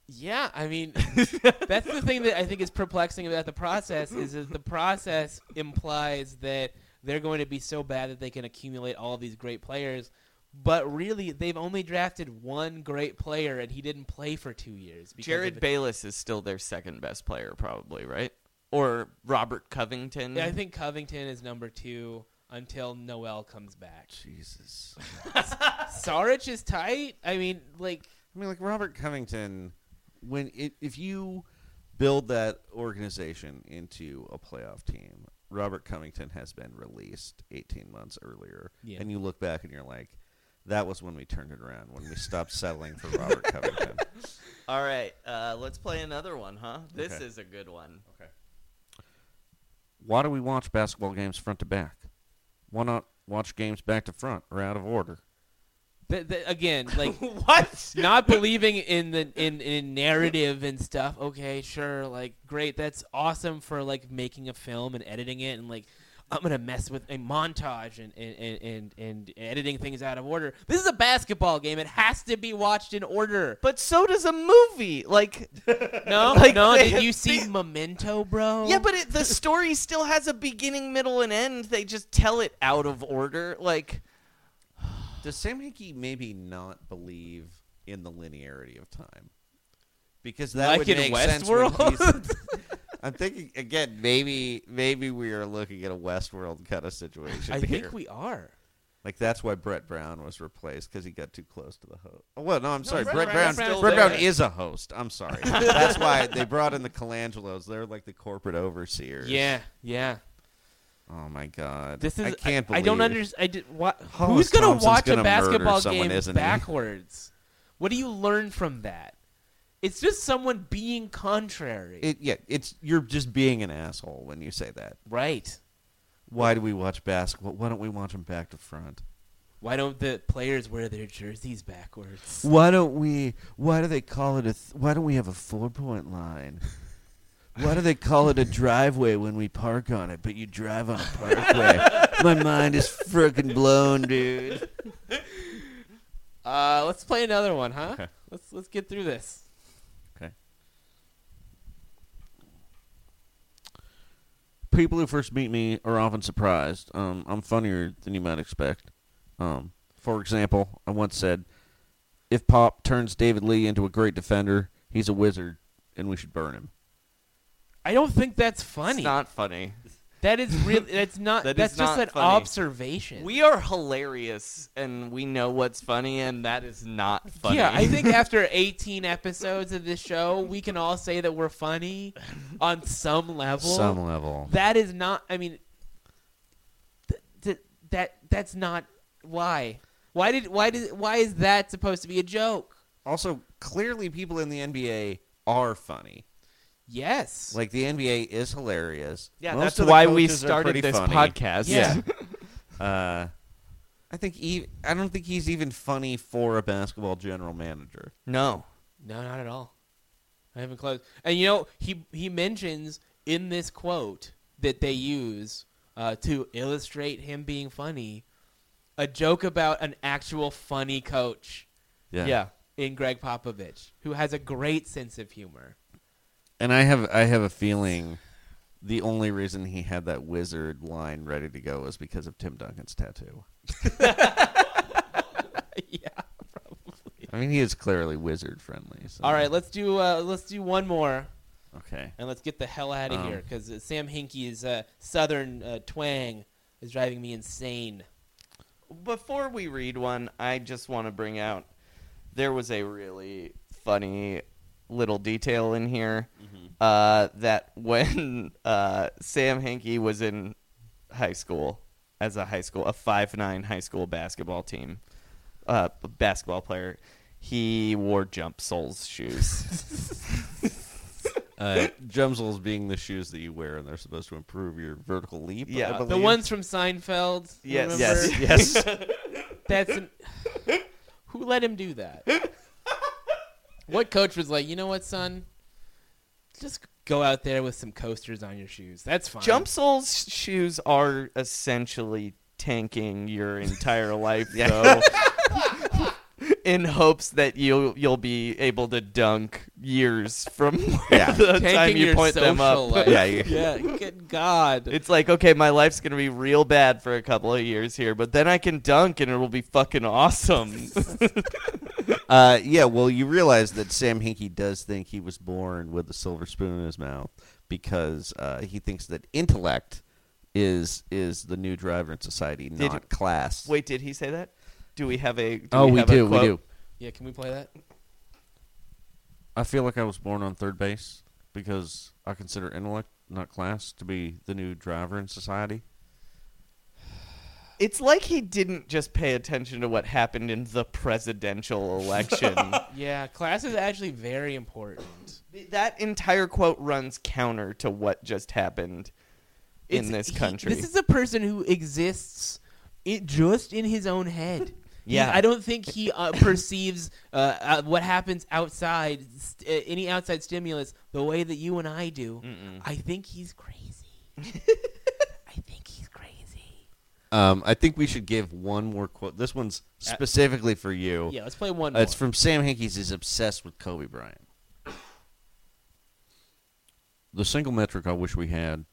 S2: Yeah, I mean, that's the thing that I think is perplexing about the process is that the process implies that they're going to be so bad that they can accumulate all these great players, but really they've only drafted one great player and he didn't play for two years. because
S4: Jared
S2: of-
S4: Bayless is still their second best player, probably, right? Or Robert Covington.
S2: Yeah, I think Covington is number two until Noel comes back.
S1: Jesus.
S2: Saric is tight. I mean, like,
S1: I mean, like Robert Covington, when i if you build that organization into a playoff team, Robert Covington has been released 18 months earlier,
S2: Yeah.
S1: and you look back and you're like, that was when we turned it around when we stopped settling for Robert Covington.
S4: All right, uh, let's play another one, huh? This
S1: Okay.
S4: is a good one.
S1: Okay. Why do we watch basketball games front to back? Why not watch games back to front or out of order?
S2: Th- th- again, like
S5: What?
S2: not believing in the in, in narrative and stuff. Okay, sure, like great. That's awesome for like making a film and editing it and like I'm gonna mess with a montage and and, and, and and editing things out of order. This is a basketball game. It has to be watched in order.
S4: But so does a movie. Like,
S2: No,
S4: Like,
S2: no.
S4: they-
S2: Did you see Memento, bro?
S4: yeah, but it, the story still has a beginning, middle, and end. They just tell it out of order. Like,
S1: Does Sam Hickey maybe not believe in the linearity of time? Because that
S2: Like
S1: would
S2: in
S1: make sense when
S2: Westworld?
S1: he's- I'm thinking again. Maybe maybe we are looking at a Westworld kind of situation.
S2: I
S1: here.
S2: think we are.
S1: like that's why Brett Brown was replaced because he got too close to the host. Oh, well, no, I'm sorry. Brett,
S2: Brown's
S1: Brown.
S2: still
S1: Brett Brown
S2: there.
S1: is a host. I'm sorry. that's why they brought in the Colangelos. They're like the corporate overseers.
S2: Yeah, yeah.
S1: Oh my God.
S2: This is
S1: I can't
S2: I,
S1: believe.
S2: don't understand. I did, what,
S1: Hollis
S2: who's gonna
S1: Thompson's
S2: watch
S1: gonna
S2: a
S1: murder
S2: basketball
S1: someone,
S2: game
S1: isn't he?
S2: backwards? What do you learn from that? It's just someone being contrary,
S1: It, yeah, it's you're just being an asshole when you say that.
S2: right?
S1: Why do we watch basketball? Why don't we watch them back to front?
S2: Why don't the players wear their jerseys backwards?
S1: Why don't we? Why do they call it a? Th- why don't we have a four point line? Why do they call it a driveway when we park on it, but you drive on a parkway? My mind is freaking blown, dude.
S2: Uh, let's play another one, huh?
S1: Okay.
S2: Let's let's get through this.
S1: Okay. People who first meet me are often surprised. Um, I'm funnier than you might expect. Um, for example, I once said, "If Pop turns David Lee into a great defender, he's a wizard, and we should burn him."
S2: I don't think that's funny.
S4: it's not funny.
S2: that is really that's not
S4: That is
S2: that's just
S4: not
S2: an
S4: funny.
S2: observation.
S4: We are hilarious, and we know what's funny, and that is not funny.
S2: Yeah, I think after 18 episodes of this show, we can all say that we're funny on some level.
S1: Some level.
S2: That is not. I mean, th- th- that that's not why. Why did why did why is that supposed to be a joke?
S1: Also, clearly, people in the NBA are funny.
S2: Yes.
S1: Like the NBA is hilarious.
S4: Yeah,
S1: Most
S4: that's
S1: of the
S4: why we
S1: coaches are
S4: started
S1: pretty
S4: this
S1: funny.
S4: podcast.
S2: Yeah.
S1: Uh, I think e- I don't think he's even funny for a basketball general manager.
S4: No.
S2: no, not at all. I haven't closed. And you know, he he mentions in this quote that they use uh, to illustrate him being funny, a joke about an actual funny coach. in Greg Popovich, who has a great sense of humor.
S1: And I have I have a feeling the only reason he had that wizard line ready to go was because of Tim Duncan's tattoo.
S2: yeah.
S1: I mean, he is clearly wizard friendly. So.
S2: All right, let's do uh, let's do one more,
S1: Okay.
S2: and let's get the hell out of here because uh, Sam Hinkie's uh, southern uh, twang is driving me insane.
S4: Before we read one, I just want to bring out there was a really funny little detail in here uh, that when uh, Sam Hankey was in high school as a high school, a five nine high school basketball team, uh, basketball player, he wore jump soles shoes.
S1: Uh, Gemsels being the shoes that you wear, and they're supposed to improve your vertical leap. I
S4: Yeah, the
S2: The
S1: believe.
S2: ones from Seinfeld. you
S4: Yes.
S2: remember?
S4: Yes.
S1: Yes.
S2: That's an, who let him do that. What coach was like? You know what, son? Just go out there with some coasters on your shoes. That's fine.
S4: jump soles shoes are essentially tanking your entire life though in hopes that you'll you'll be able to dunk years from
S1: Yeah.
S4: the
S2: Tanking
S4: time you
S2: your
S4: point them
S2: social
S4: up
S2: life.
S1: Yeah, you-
S2: yeah. Good God.
S4: it's like okay my life's gonna be real bad for a couple of years here but then i can dunk and it'll be fucking awesome
S1: Uh, yeah, well, you realize that Sam Hinkie does think he was born with a silver spoon in his mouth because uh, he thinks that intellect is is the new driver in society, not class.
S4: wait did he say that do we have a do
S1: oh, we,
S4: have a
S1: do, we
S4: quote?
S1: do.
S2: Yeah, can we play that?
S1: I feel like I was born on third base because I consider intellect, not class, to be the new driver in society.
S4: it's like he didn't just pay attention to what happened in the presidential election
S2: Yeah, class is actually very important.
S4: That entire quote runs counter to what just happened in
S2: It's-
S4: this
S2: he-
S4: country.
S2: this is a person who exists it just in his own head. He's-
S4: Yeah.
S2: I don't think he uh, perceives uh, uh, what happens outside, st- uh, any outside stimulus, the way that you and I do. I think he's crazy. I think he's crazy.
S1: Um, I think we should give one more quote. This one's specifically for you.
S2: Yeah, let's play one
S1: Uh,
S2: more.
S1: it's from Sam Hinkie's. He's obsessed with Kobe Bryant. The single metric I wish we had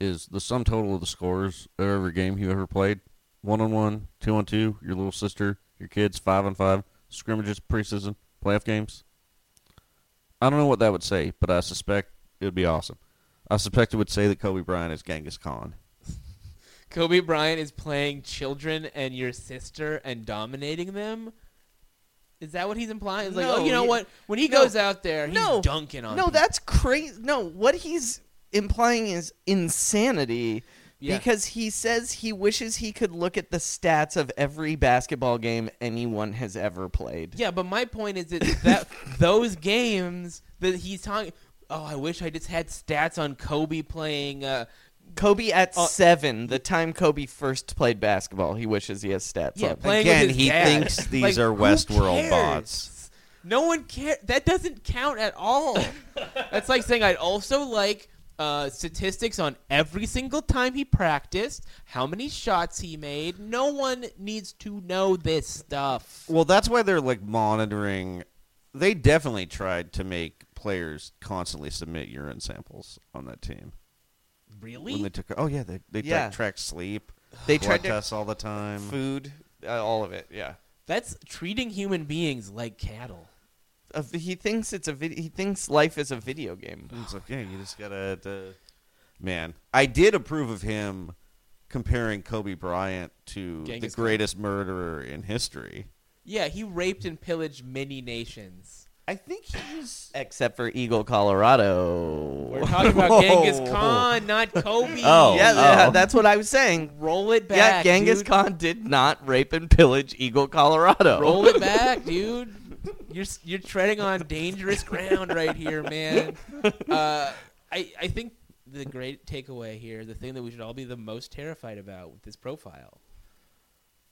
S1: is the sum total of the scores of every game you ever played. One on one, two on two, your little sister, your kids, five on five, scrimmages, preseason, playoff games. I don't know what that would say, but I suspect it would be awesome. I suspect it would say that Kobe Bryant is Genghis Khan.
S2: Kobe Bryant is playing children and your sister and dominating them. Is that what he's implying? It's like,
S4: No,
S2: oh, you know
S4: he-
S2: what? When he
S4: no.
S2: goes out there, he's
S4: no,
S2: dunking on.
S4: No,
S2: people.
S4: that's crazy. No, what he's implying is insanity
S2: Yeah.
S4: because he says he wishes he could look at the stats of every basketball game anyone has ever played.
S2: Yeah, but my point is that, that those games that he's talking. Oh, I wish I just had stats on Kobe playing. Uh,
S4: Kobe at seven, the time Kobe first played basketball, he wishes he has stats
S2: yeah,
S4: on.
S2: playing
S1: Again,
S2: with his
S1: he
S2: dad.
S1: thinks these
S2: Like,
S1: are
S2: who
S1: Westworld
S2: cares?
S1: bots.
S2: No one cares. That doesn't count at all. That's like saying I'd also like uh, statistics on every single time he practiced, how many shots he made. No one needs to know this stuff.
S1: Well, that's why they're like monitoring. They definitely tried to make players constantly submit urine samples on that team when
S2: Really?
S1: they took. Oh yeah, they they
S4: Yeah.
S1: track, track sleep.
S4: They
S1: blood
S4: tried to-
S1: tests all the time.
S4: Food, uh, all of it, yeah.
S2: That's treating human beings like cattle.
S4: Uh, he thinks it's a vid- he thinks life is a video game.
S1: It's like yeah, you just gotta. uh, man, I did approve of him comparing Kobe Bryant to
S2: Genghis
S1: the greatest murderer in history.
S2: Yeah, he raped and pillaged many nations.
S4: I think he's except for Eagle, Colorado.
S2: We're talking about Genghis Khan, not Kobe.
S1: Oh.
S4: yeah, yeah,
S1: Oh.
S4: that's what I was saying.
S2: roll it
S4: yeah,
S2: back.
S4: Genghis
S2: dude.
S4: Khan did not rape and pillage Eagle, Colorado.
S2: Roll it back, dude. You're s- you're treading on dangerous ground right here, man. Uh, I I think the great takeaway here, the thing that we should all be the most terrified about with this profile,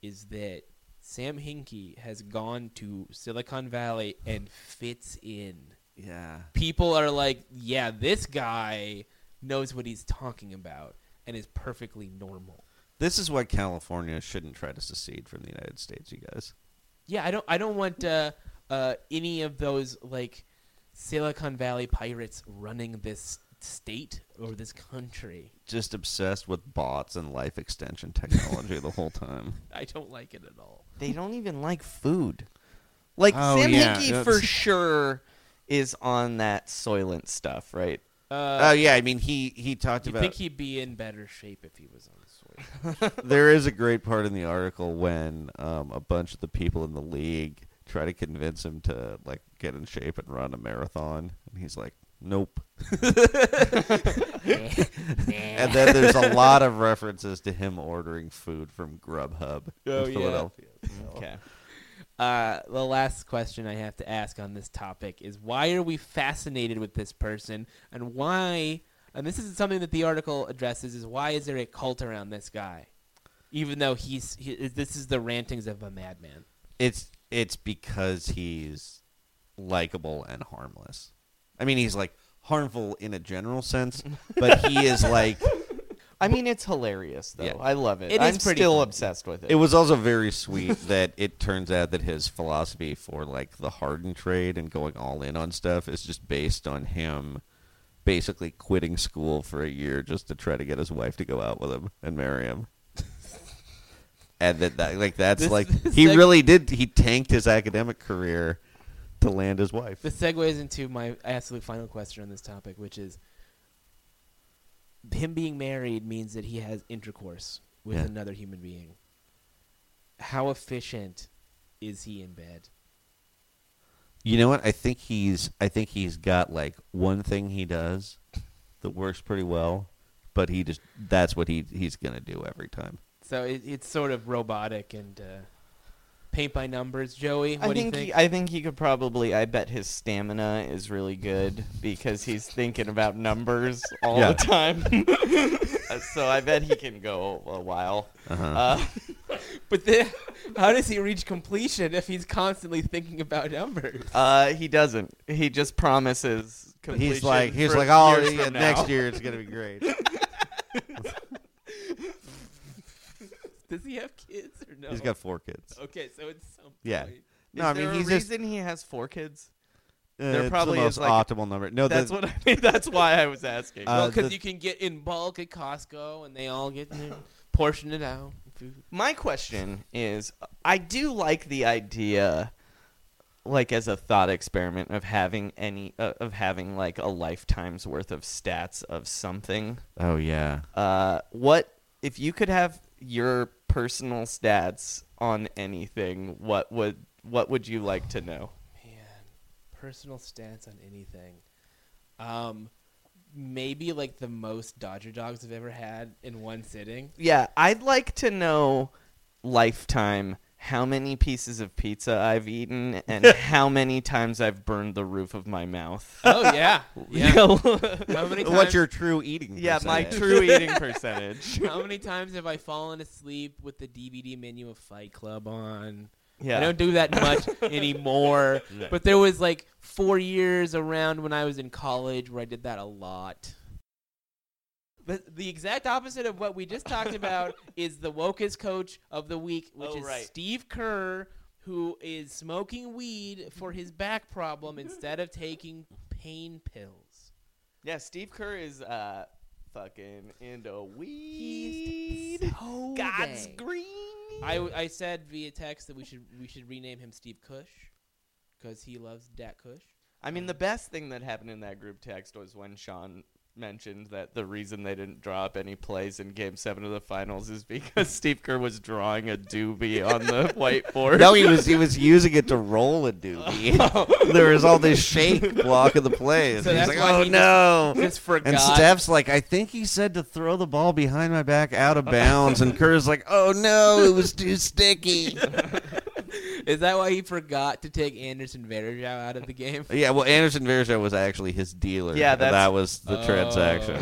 S2: is that Sam Hinkie has gone to Silicon Valley and fits in.
S1: Yeah,
S2: people are like, yeah, this guy knows what he's talking about and is perfectly normal.
S1: this is why California shouldn't try to secede from the United States. You guys.
S2: Yeah, I don't I don't want uh, uh, any of those like Silicon Valley pirates running this state or this country.
S1: just obsessed with bots and life extension technology the whole time.
S2: I don't like it at all.
S4: They don't even like food. Like
S1: Oh,
S4: Sam
S1: yeah,
S4: Hickey
S1: that's-
S4: for sure is on that Soylent stuff, right?
S1: Oh yeah, I mean he he talked
S2: Uh, You
S1: about.
S2: think he'd be in better shape if he was on the soil?
S1: there is a great part in the article when um, a bunch of the people in the league try to convince him to like get in shape and run a marathon, and he's like, "Nope." and then there's a lot of references to him ordering food from Grubhub
S2: Oh,
S1: in
S2: yeah.
S1: Philadelphia.
S4: Okay.
S2: Uh, the last question I have to ask on this topic is why are we fascinated with this person and why and this is something that the article addresses is why is there a cult around this guy even though he's he, this is the rantings of a madman
S1: It's it's because he's likable and harmless. I mean, he's like harmful in a general sense, but he is like.
S4: I mean, it's hilarious though.
S1: Yeah.
S4: I love it.
S2: It is
S4: I'm
S2: pretty
S4: still
S2: funny.
S4: obsessed with it.
S1: It was also very sweet that it turns out that his philosophy for like the hardened trade and going all in on stuff is just based on him basically quitting school for a year just to try to get his wife to go out with him and marry him. And that, that like that's
S2: This-
S1: like
S2: this
S1: he
S2: sec-
S1: really did he tanked his academic career to land his wife.
S2: this segues into my absolute final question on this topic which is him being married means that he has intercourse with
S1: Yeah.
S2: another human being how efficient is he in bed
S1: You know what? I think he's I think he's got like one thing he does that works pretty well, but he just that's what he he's gonna do every time.
S2: so it, it's sort of robotic and uh, paint by numbers, Joey? What
S4: I
S2: do you
S4: think,
S2: think?
S4: He, I think he could probably. I bet his stamina is really good because he's thinking about numbers all
S1: Yeah.
S4: the time. Uh, so I bet he can go a while.
S1: Uh-huh.
S4: Uh,
S2: but then, how does he reach completion if he's constantly thinking about numbers?
S4: uh, he doesn't. He just promises. Completion
S1: He's like, he's
S4: for
S1: like, oh,
S4: years
S1: yeah,
S4: from now."
S1: next year it's gonna be great.
S2: Does he have kids or no?
S1: He's got four kids.
S2: Okay, so it's some
S1: Yeah.
S2: point.
S1: No, I
S4: Is
S1: mean
S4: there a
S1: he's just.
S4: reason he has four kids.
S1: Uh,
S4: there
S1: it's
S4: probably
S1: the
S4: is,
S1: most
S4: like-
S1: optimal number. No,
S4: That's
S1: the,
S4: what I mean. That's why I was asking.
S1: Uh,
S2: Well, 'cause
S1: the-
S2: you can get in bulk at Costco, and they all get their portion it out. Food.
S4: my question is I do like the idea like as a thought experiment of having any uh, of having like a lifetime's worth of stats of something.
S1: Oh yeah.
S4: Uh what if you could have your personal stats on anything, what would what would you like to know?
S2: Man, personal stance on anything. Um, maybe like the most Dodger dogs I've ever had in one sitting.
S4: Yeah, I'd like to know lifetime how many pieces of pizza I've eaten and how many times I've burned the roof of my mouth.
S2: Oh yeah, yeah. How many times,
S1: What's your true eating?
S4: Yeah, my
S1: percentage?
S4: true eating percentage.
S2: How many times have I fallen asleep with the DVD menu of Fight Club on?
S4: Yeah.
S2: I don't do that much anymore. But there was like four years around when I was in college where I did that a lot. But the exact opposite of what we just talked about is the wokest coach of the week, which
S4: Oh,
S2: is
S4: right.
S2: Steve Kerr, who is smoking weed for his back problem instead of taking pain pills.
S4: yeah, Steve Kerr is uh fucking into weed.
S2: He's so
S4: God's
S2: gay.
S4: green.
S2: I, I said via text that we should we should rename him Steve Cush because he loves Dat Cush.
S4: I mean, the best thing that happened in that group text was when Sean mentioned that the reason they didn't draw up any plays in Game Seven of the Finals is because Steve Kerr was drawing a doobie on the whiteboard.
S1: No, he was he was using it to roll a doobie. there was all this shake blocking the plays.
S2: So
S1: he's
S2: that's
S1: like,
S2: why
S1: oh
S2: he just-
S1: no.
S2: just forgot.
S1: And Steph's like, I think he said to throw the ball behind my back out of bounds. And Kerr's like, oh no, it was too sticky.
S2: Is that why he forgot to take Anderson Varejao out of the game?
S1: yeah, well, Anderson Varejao was actually his dealer.
S4: Yeah,
S1: and
S4: that's-
S1: that was the transaction.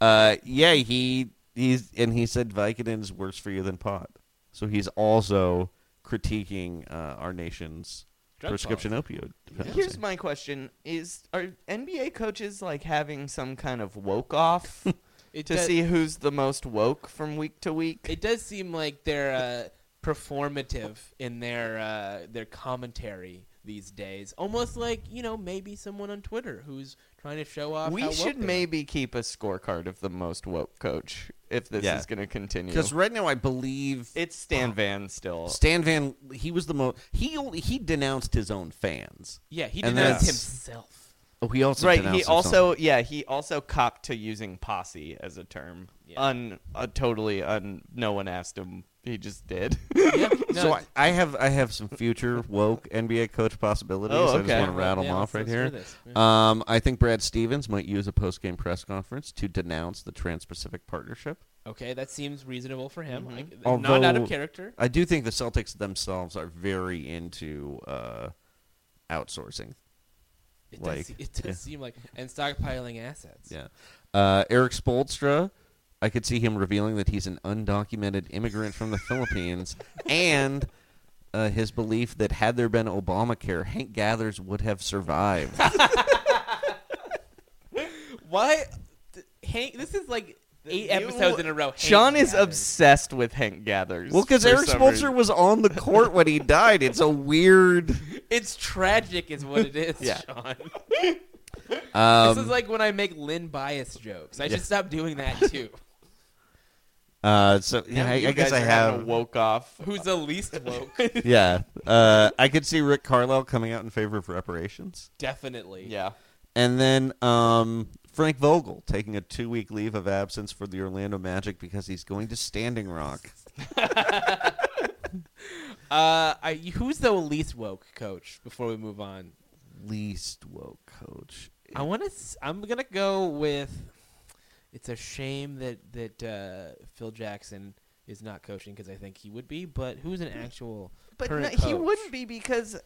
S1: uh, yeah, he he's and he said Vicodin is worse for you than pot. So he's also critiquing uh, our nation's
S2: Drug
S1: prescription opioid. Dependency.
S4: Here's my question: Is are NBA coaches like having some kind of woke off
S2: It
S4: to
S2: does,
S4: see who's the most woke from week to week?
S2: it does seem like they're uh, performative in their uh, their commentary these days, almost like you know maybe someone on Twitter who's trying to show off. how
S4: we
S2: woke
S4: should
S2: they are.
S4: maybe keep a scorecard of the most woke coach if this
S1: Yeah.
S4: is going to continue.
S1: Because right now, I believe
S4: It's Stan Van still.
S1: Stan Van he was the most he only, he denounced his own fans.
S2: yeah he
S1: And
S2: denounced
S1: that's-
S2: himself.
S1: Oh, he also
S4: right,
S1: denounced
S4: he
S1: his
S4: also
S1: own-
S4: yeah, he also copped to using posse as a term.
S2: Yeah.
S4: Un uh, totally un no one asked him. He just did.
S2: Yeah, no,
S1: So I, I have I have some future woke NBA coach possibilities.
S4: Oh,
S1: I just
S4: okay.
S1: want to rattle
S2: Yeah,
S1: them off
S2: let's-
S1: right
S2: let's hear
S1: here.
S2: this.
S1: Um, I think Brad Stevens might use a post game press conference to denounce the Trans Pacific Partnership.
S2: okay, that seems reasonable for him. Like,
S1: Mm-hmm. Although-
S2: not out of character.
S1: I do think the Celtics themselves are very into uh, outsourcing.
S2: It
S1: like,
S2: does, se- it does
S1: yeah.
S2: seem like and stockpiling assets.
S1: Yeah. Uh, Eric Spolstra, I could see him revealing that he's an undocumented immigrant from the Philippines and uh, his belief that had there been Obamacare, Hank Gathers would have survived.
S2: Why, th- Hank? This is like eight episodes in a row. Hank
S4: Sean is
S2: gathers.
S4: obsessed with Hank Gathers.
S1: well, because
S4: for
S1: Eric
S4: some
S1: Spolstra
S4: reason.
S1: was on the court when he died. It's a weird.
S2: It's tragic, is what it is,
S1: Yeah.
S2: Sean.
S1: Um,
S2: this is like when I make Lynn bias jokes. I should stop doing that too.
S1: uh, so yeah,
S4: Now
S1: I,
S4: you
S1: I guess
S4: guys
S1: I
S4: are having
S1: have.
S4: a woke off.
S2: Who's the least woke?
S1: yeah, uh, I could see Rick Carlisle coming out in favor of reparations.
S2: Definitely.
S4: Yeah.
S1: And then um, Frank Vogel taking a two week leave of absence for the Orlando Magic because he's going to Standing Rock.
S2: Uh, I, who's the least woke coach? Before we move on,
S1: Least woke coach.
S2: I want to. I'm gonna go with. It's a shame that that uh, Phil Jackson is not coaching because I think he would be, but who's an actual
S4: But no,
S2: current
S4: he
S2: coach?
S4: wouldn't be because,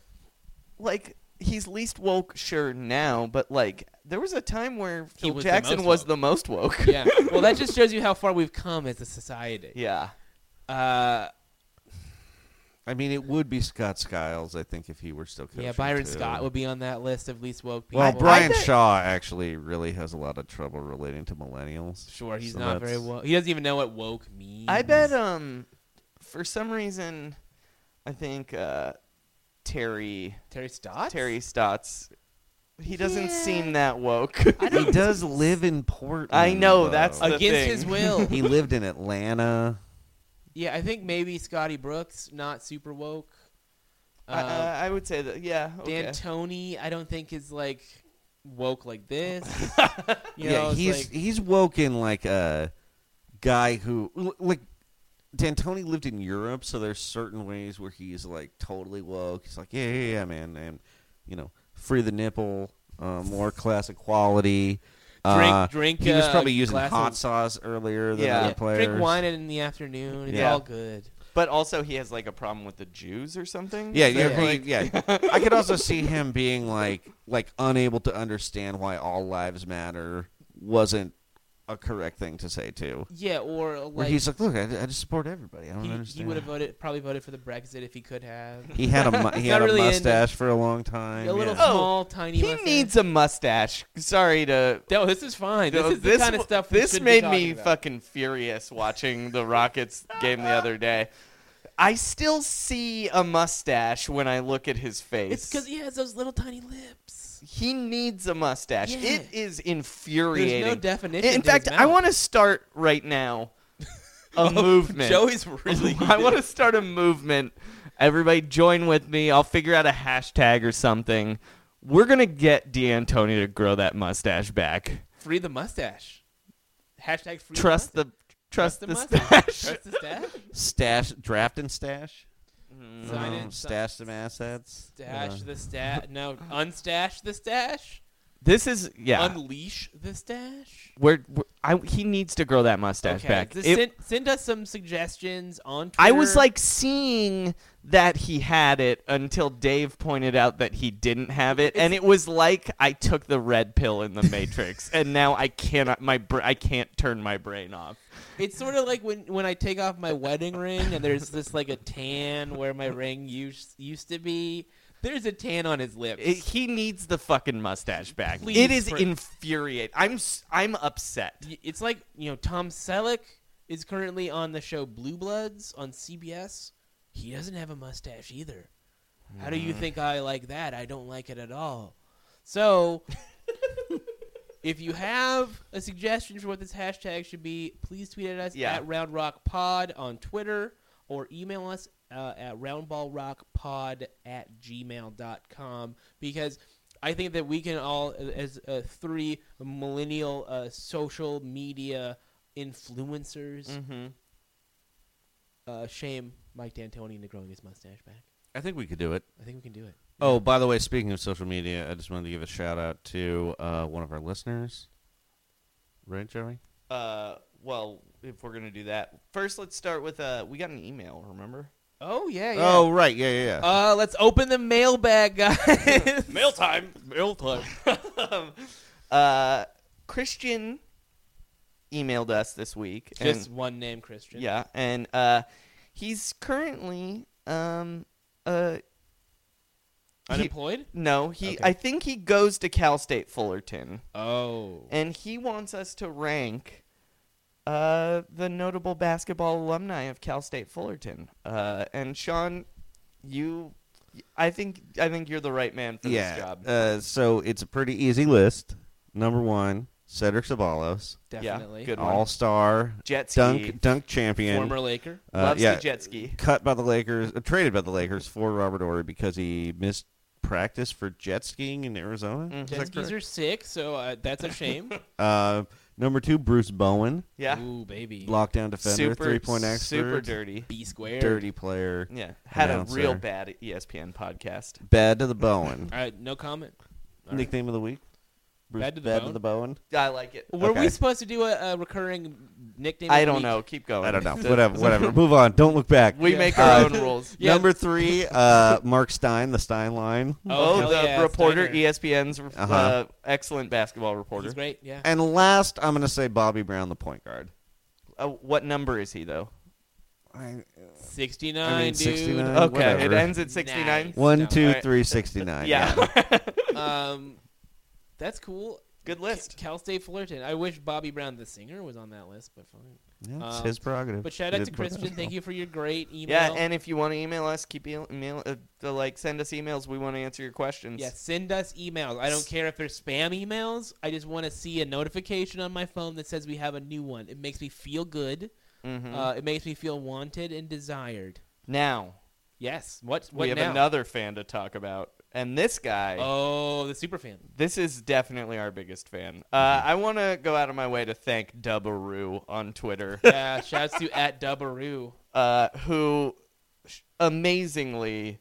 S4: like, he's least woke, sure now. But like, there was a time where
S2: He
S4: Phil
S2: was the
S4: Jackson
S2: most
S4: was
S2: woke.
S4: the most woke.
S2: yeah. Well, that just shows you how far we've come as a society.
S4: yeah.
S2: Uh,
S1: I mean, it would be Scott Skiles, I think, if he were still coaching.
S2: yeah. Byron
S1: too.
S2: Scott would be on that list of least woke people.
S1: Well, Brian
S4: I think-
S1: Shaw actually really has a lot of trouble relating to millennials.
S2: Sure, he's
S1: So
S2: not
S1: that's-
S2: very woke. He doesn't even know what woke means.
S4: I bet. Um, for some reason, I think uh, Terry
S2: Terry Stott.
S4: Terry Stotts. He doesn't
S2: Yeah. Uh,
S4: seem that woke.
S1: He does live in Portland.
S4: I know,
S1: though.
S4: that's the-
S2: against
S4: thing.
S2: his will.
S1: he lived in Atlanta.
S2: yeah, I think maybe Scotty Brooks not super woke.
S4: I- uh, I would say that. Yeah. Okay.
S2: Dan Tony, I don't think is like woke like this.
S1: yeah,
S2: You know, it's
S1: he's
S2: like-
S1: he's woken like a guy who l- like D'Antoni lived in Europe, so there's certain ways where he's like totally woke. He's like, yeah, yeah, yeah, man, and you know, free the nipple, uh, more class equality.
S2: Drink-
S1: Uh,
S2: drink,
S1: He was
S2: uh,
S1: probably using
S2: glass
S1: hot
S2: of-
S1: sauce earlier than
S4: Yeah.
S1: other
S4: Yeah,
S1: players.
S2: drink wine in the afternoon. It's
S1: Yeah.
S2: all good.
S4: but also, he has like a problem with the Jews or something.
S1: Yeah,
S2: Yeah.
S1: yeah, he- yeah. I could also see him being like, like unable to understand why all lives matter wasn't a correct thing to say too.
S2: Yeah, or like
S1: Where he's like, look, I, I just support everybody. I don't
S2: he,
S1: understand.
S2: would have voted probably voted for the Brexit if he could have.
S1: He had a mu- he
S2: Not
S1: had
S2: really
S1: a
S2: into-
S1: mustache for a long time.
S2: a little Oh.
S1: yeah.
S2: small, tiny.
S4: Oh, He
S2: mustache.
S4: needs a mustache. Sorry to.
S2: No, this is fine. This
S4: No,
S2: is the kind of
S4: w-
S2: stuff. we
S4: This
S2: should be
S4: made
S2: talking
S4: me
S2: about.
S4: fucking furious watching the Rockets game the other day. I still see a mustache when I look at his face.
S2: It's because he has those little tiny lips.
S4: he needs a mustache.
S2: Yeah.
S4: It is infuriating.
S2: definition to
S4: In
S2: his
S4: fact, I
S2: mouth.
S4: want to start right now a movement.
S2: Joey's really.
S4: I want to start a movement. Everybody join with me. I'll figure out a hashtag or something. We're gonna get D'Antoni to grow that mustache back.
S2: free the mustache. Hashtag free.
S4: Trust
S2: the
S4: the trust, the,
S2: mustache.
S4: stash.
S2: Trust the stash.
S1: stash draft and stash.
S2: Mm. Sign
S1: Um,
S2: in.
S1: stash some assets.
S2: Stash
S1: Uh,
S2: the stash. No, unstash the stash.
S4: This is yeah.
S2: Unleash the stash.
S4: we're, we're- I, he needs to grow that mustache
S2: Okay.
S4: back.
S2: just
S4: It-
S2: send, send us some suggestions on. Twitter.
S4: I was like seeing that he had it until Dave pointed out that he didn't have it, and it was like I took the red pill in the Matrix, and now I cannot my br- I can't turn my brain off.
S2: It's sort of like when, when I take off my wedding ring and there's this like a tan where my ring used used to be. There's a tan on his lips.
S4: It- he needs the fucking mustache back.
S2: Please,
S4: it is
S2: for-
S4: infuriating. I'm s- I'm upset.
S2: Y- it's like you know Tom Selleck is currently on the show Blue Bloods on CBS. He doesn't have a mustache either. How do
S4: Mm.
S2: you think I like that? I don't like it at all. So, if you have a suggestion for what this hashtag should be, please tweet at us
S4: Yeah.
S2: at Round Rock Pod on Twitter or email us uh, at roundballrockpod at gmail.com because I think that we can all, as uh, three millennial uh, social media influencers, uh, shame Mike D'Antoni into growing his mustache back.
S1: I think we could do it.
S2: I think we can do it.
S1: Oh, by the way, speaking of social media, I just wanted to give a shout out to uh, one of our listeners. Right, Joey?
S4: Uh, well, if we're gonna do that, first let's start with uh, we got an email. Remember?
S2: Oh yeah,
S1: Oh, right. Yeah, yeah, yeah.
S2: Uh, let's open the mailbag, guys.
S5: Mail time.
S2: Mail time.
S4: Uh, Christian emailed us this week.
S2: Just
S4: and,
S2: one name, Christian.
S4: yeah, and uh, he's currently um uh he-
S2: Unemployed.
S4: no he
S2: Okay.
S4: I think he goes to Cal State Fullerton.
S2: Oh.
S4: and he wants us to rank uh, the notable basketball alumni of Cal State Fullerton. Uh, and Sean, you, I think, I think you're the right man for
S1: yeah.
S4: this job.
S1: Uh, so it's a pretty easy list. Number one, Cedric Sabalos,
S2: Definitely.
S4: good. one.
S1: all star,
S4: Jet ski.
S1: dunk, dunk champion,
S2: Former Laker.
S1: uh,
S4: Loves
S1: yeah,
S4: the jet ski.
S1: cut by the Lakers, uh, traded by the Lakers for Robert Ory because he missed practice for jet skiing in Arizona.
S4: Mm-hmm.
S1: Is
S2: Jet
S1: that
S2: skis
S1: correct?
S2: are sick, so uh, that's a shame.
S1: Uh, number two, Bruce Bowen,
S4: Yeah,
S2: Ooh, baby.
S1: lockdown defender,
S4: super
S1: three point expert,
S4: super dirty.
S2: B squared.
S1: dirty player.
S4: Yeah, had
S1: announcer.
S4: a real bad E ESPN podcast.
S1: Bad to the Bowen.
S2: All right, no comment. All right.
S1: Nickname of the week. Bruce
S2: Bad to the
S1: bad
S2: Bowen?
S1: to the Bowen.
S4: I like it.
S2: Were we
S1: Okay.
S2: supposed to do a, a recurring nickname. of
S4: I
S2: the
S4: don't
S2: week?
S4: know. Keep going.
S1: I don't know. whatever. Whatever. Move on. Don't look back.
S4: We make
S1: Uh,
S4: our own rules.
S1: Number three, uh, Mark Stein, the Stein line.
S2: Oh,
S4: Oh,
S2: hell
S4: the
S2: yeah,
S4: reporter,
S2: Steiner.
S4: ESPN's uh
S1: Uh-huh.
S4: excellent basketball reporter.
S2: He's great. Yeah.
S1: And last, I'm going to say Bobby Brown, the point guard.
S4: Uh, what number is he though?
S1: I,
S2: Sixty nine.
S1: I mean, 69.
S4: Okay, it
S1: Uh, whatever.
S4: ends at sixty nine.
S2: Nice.
S1: One,
S2: All
S1: two,
S4: right.
S1: three, 69.
S4: Yeah.
S2: Dude. Um, that's cool.
S4: Good
S2: Ca-
S4: list.
S2: Cal State Fullerton. I wish Bobby Brown, the singer, was on that list, but fine.
S1: Yeah, it's
S2: Um,
S1: his prerogative.
S2: But shout
S1: He did
S2: out to
S1: put that
S2: Christian.
S1: out.
S2: Thank you for your great email.
S4: Yeah, and if you want to email us, keep e- email uh, uh, like send us emails. We want to answer your questions.
S2: Yeah, send us emails. I don't care if they're spam emails. I just want to see a notification on my phone that says we have a new one. It makes me feel good. Uh, it makes me feel wanted and desired.
S4: Now
S2: Yes. What? What
S4: we have
S2: now?
S4: another fan to talk about, and this guy.
S2: Oh, the super fan.
S4: This is definitely our biggest fan. Uh,
S2: Mm-hmm.
S4: I want to go out of my way to thank Dubbaroo on Twitter,
S2: Yeah. shouts to at Dubbaroo.
S4: uh, who sh- amazingly,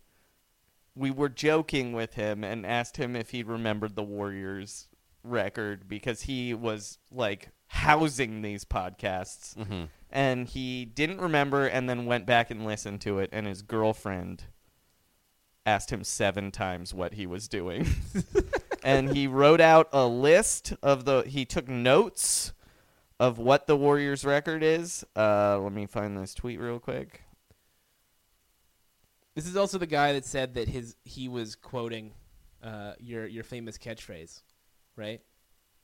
S4: we were joking with him and asked him if he remembered the Warriors record because he was like housing these podcasts. And he didn't remember and then went back and listened to it, and his girlfriend asked him seven times what he was doing. and he wrote out a list of the he took notes of what the Warriors record is. Uh, let me find this tweet real quick.
S2: This is also the guy that said that his he was quoting uh, your your famous catchphrase, right?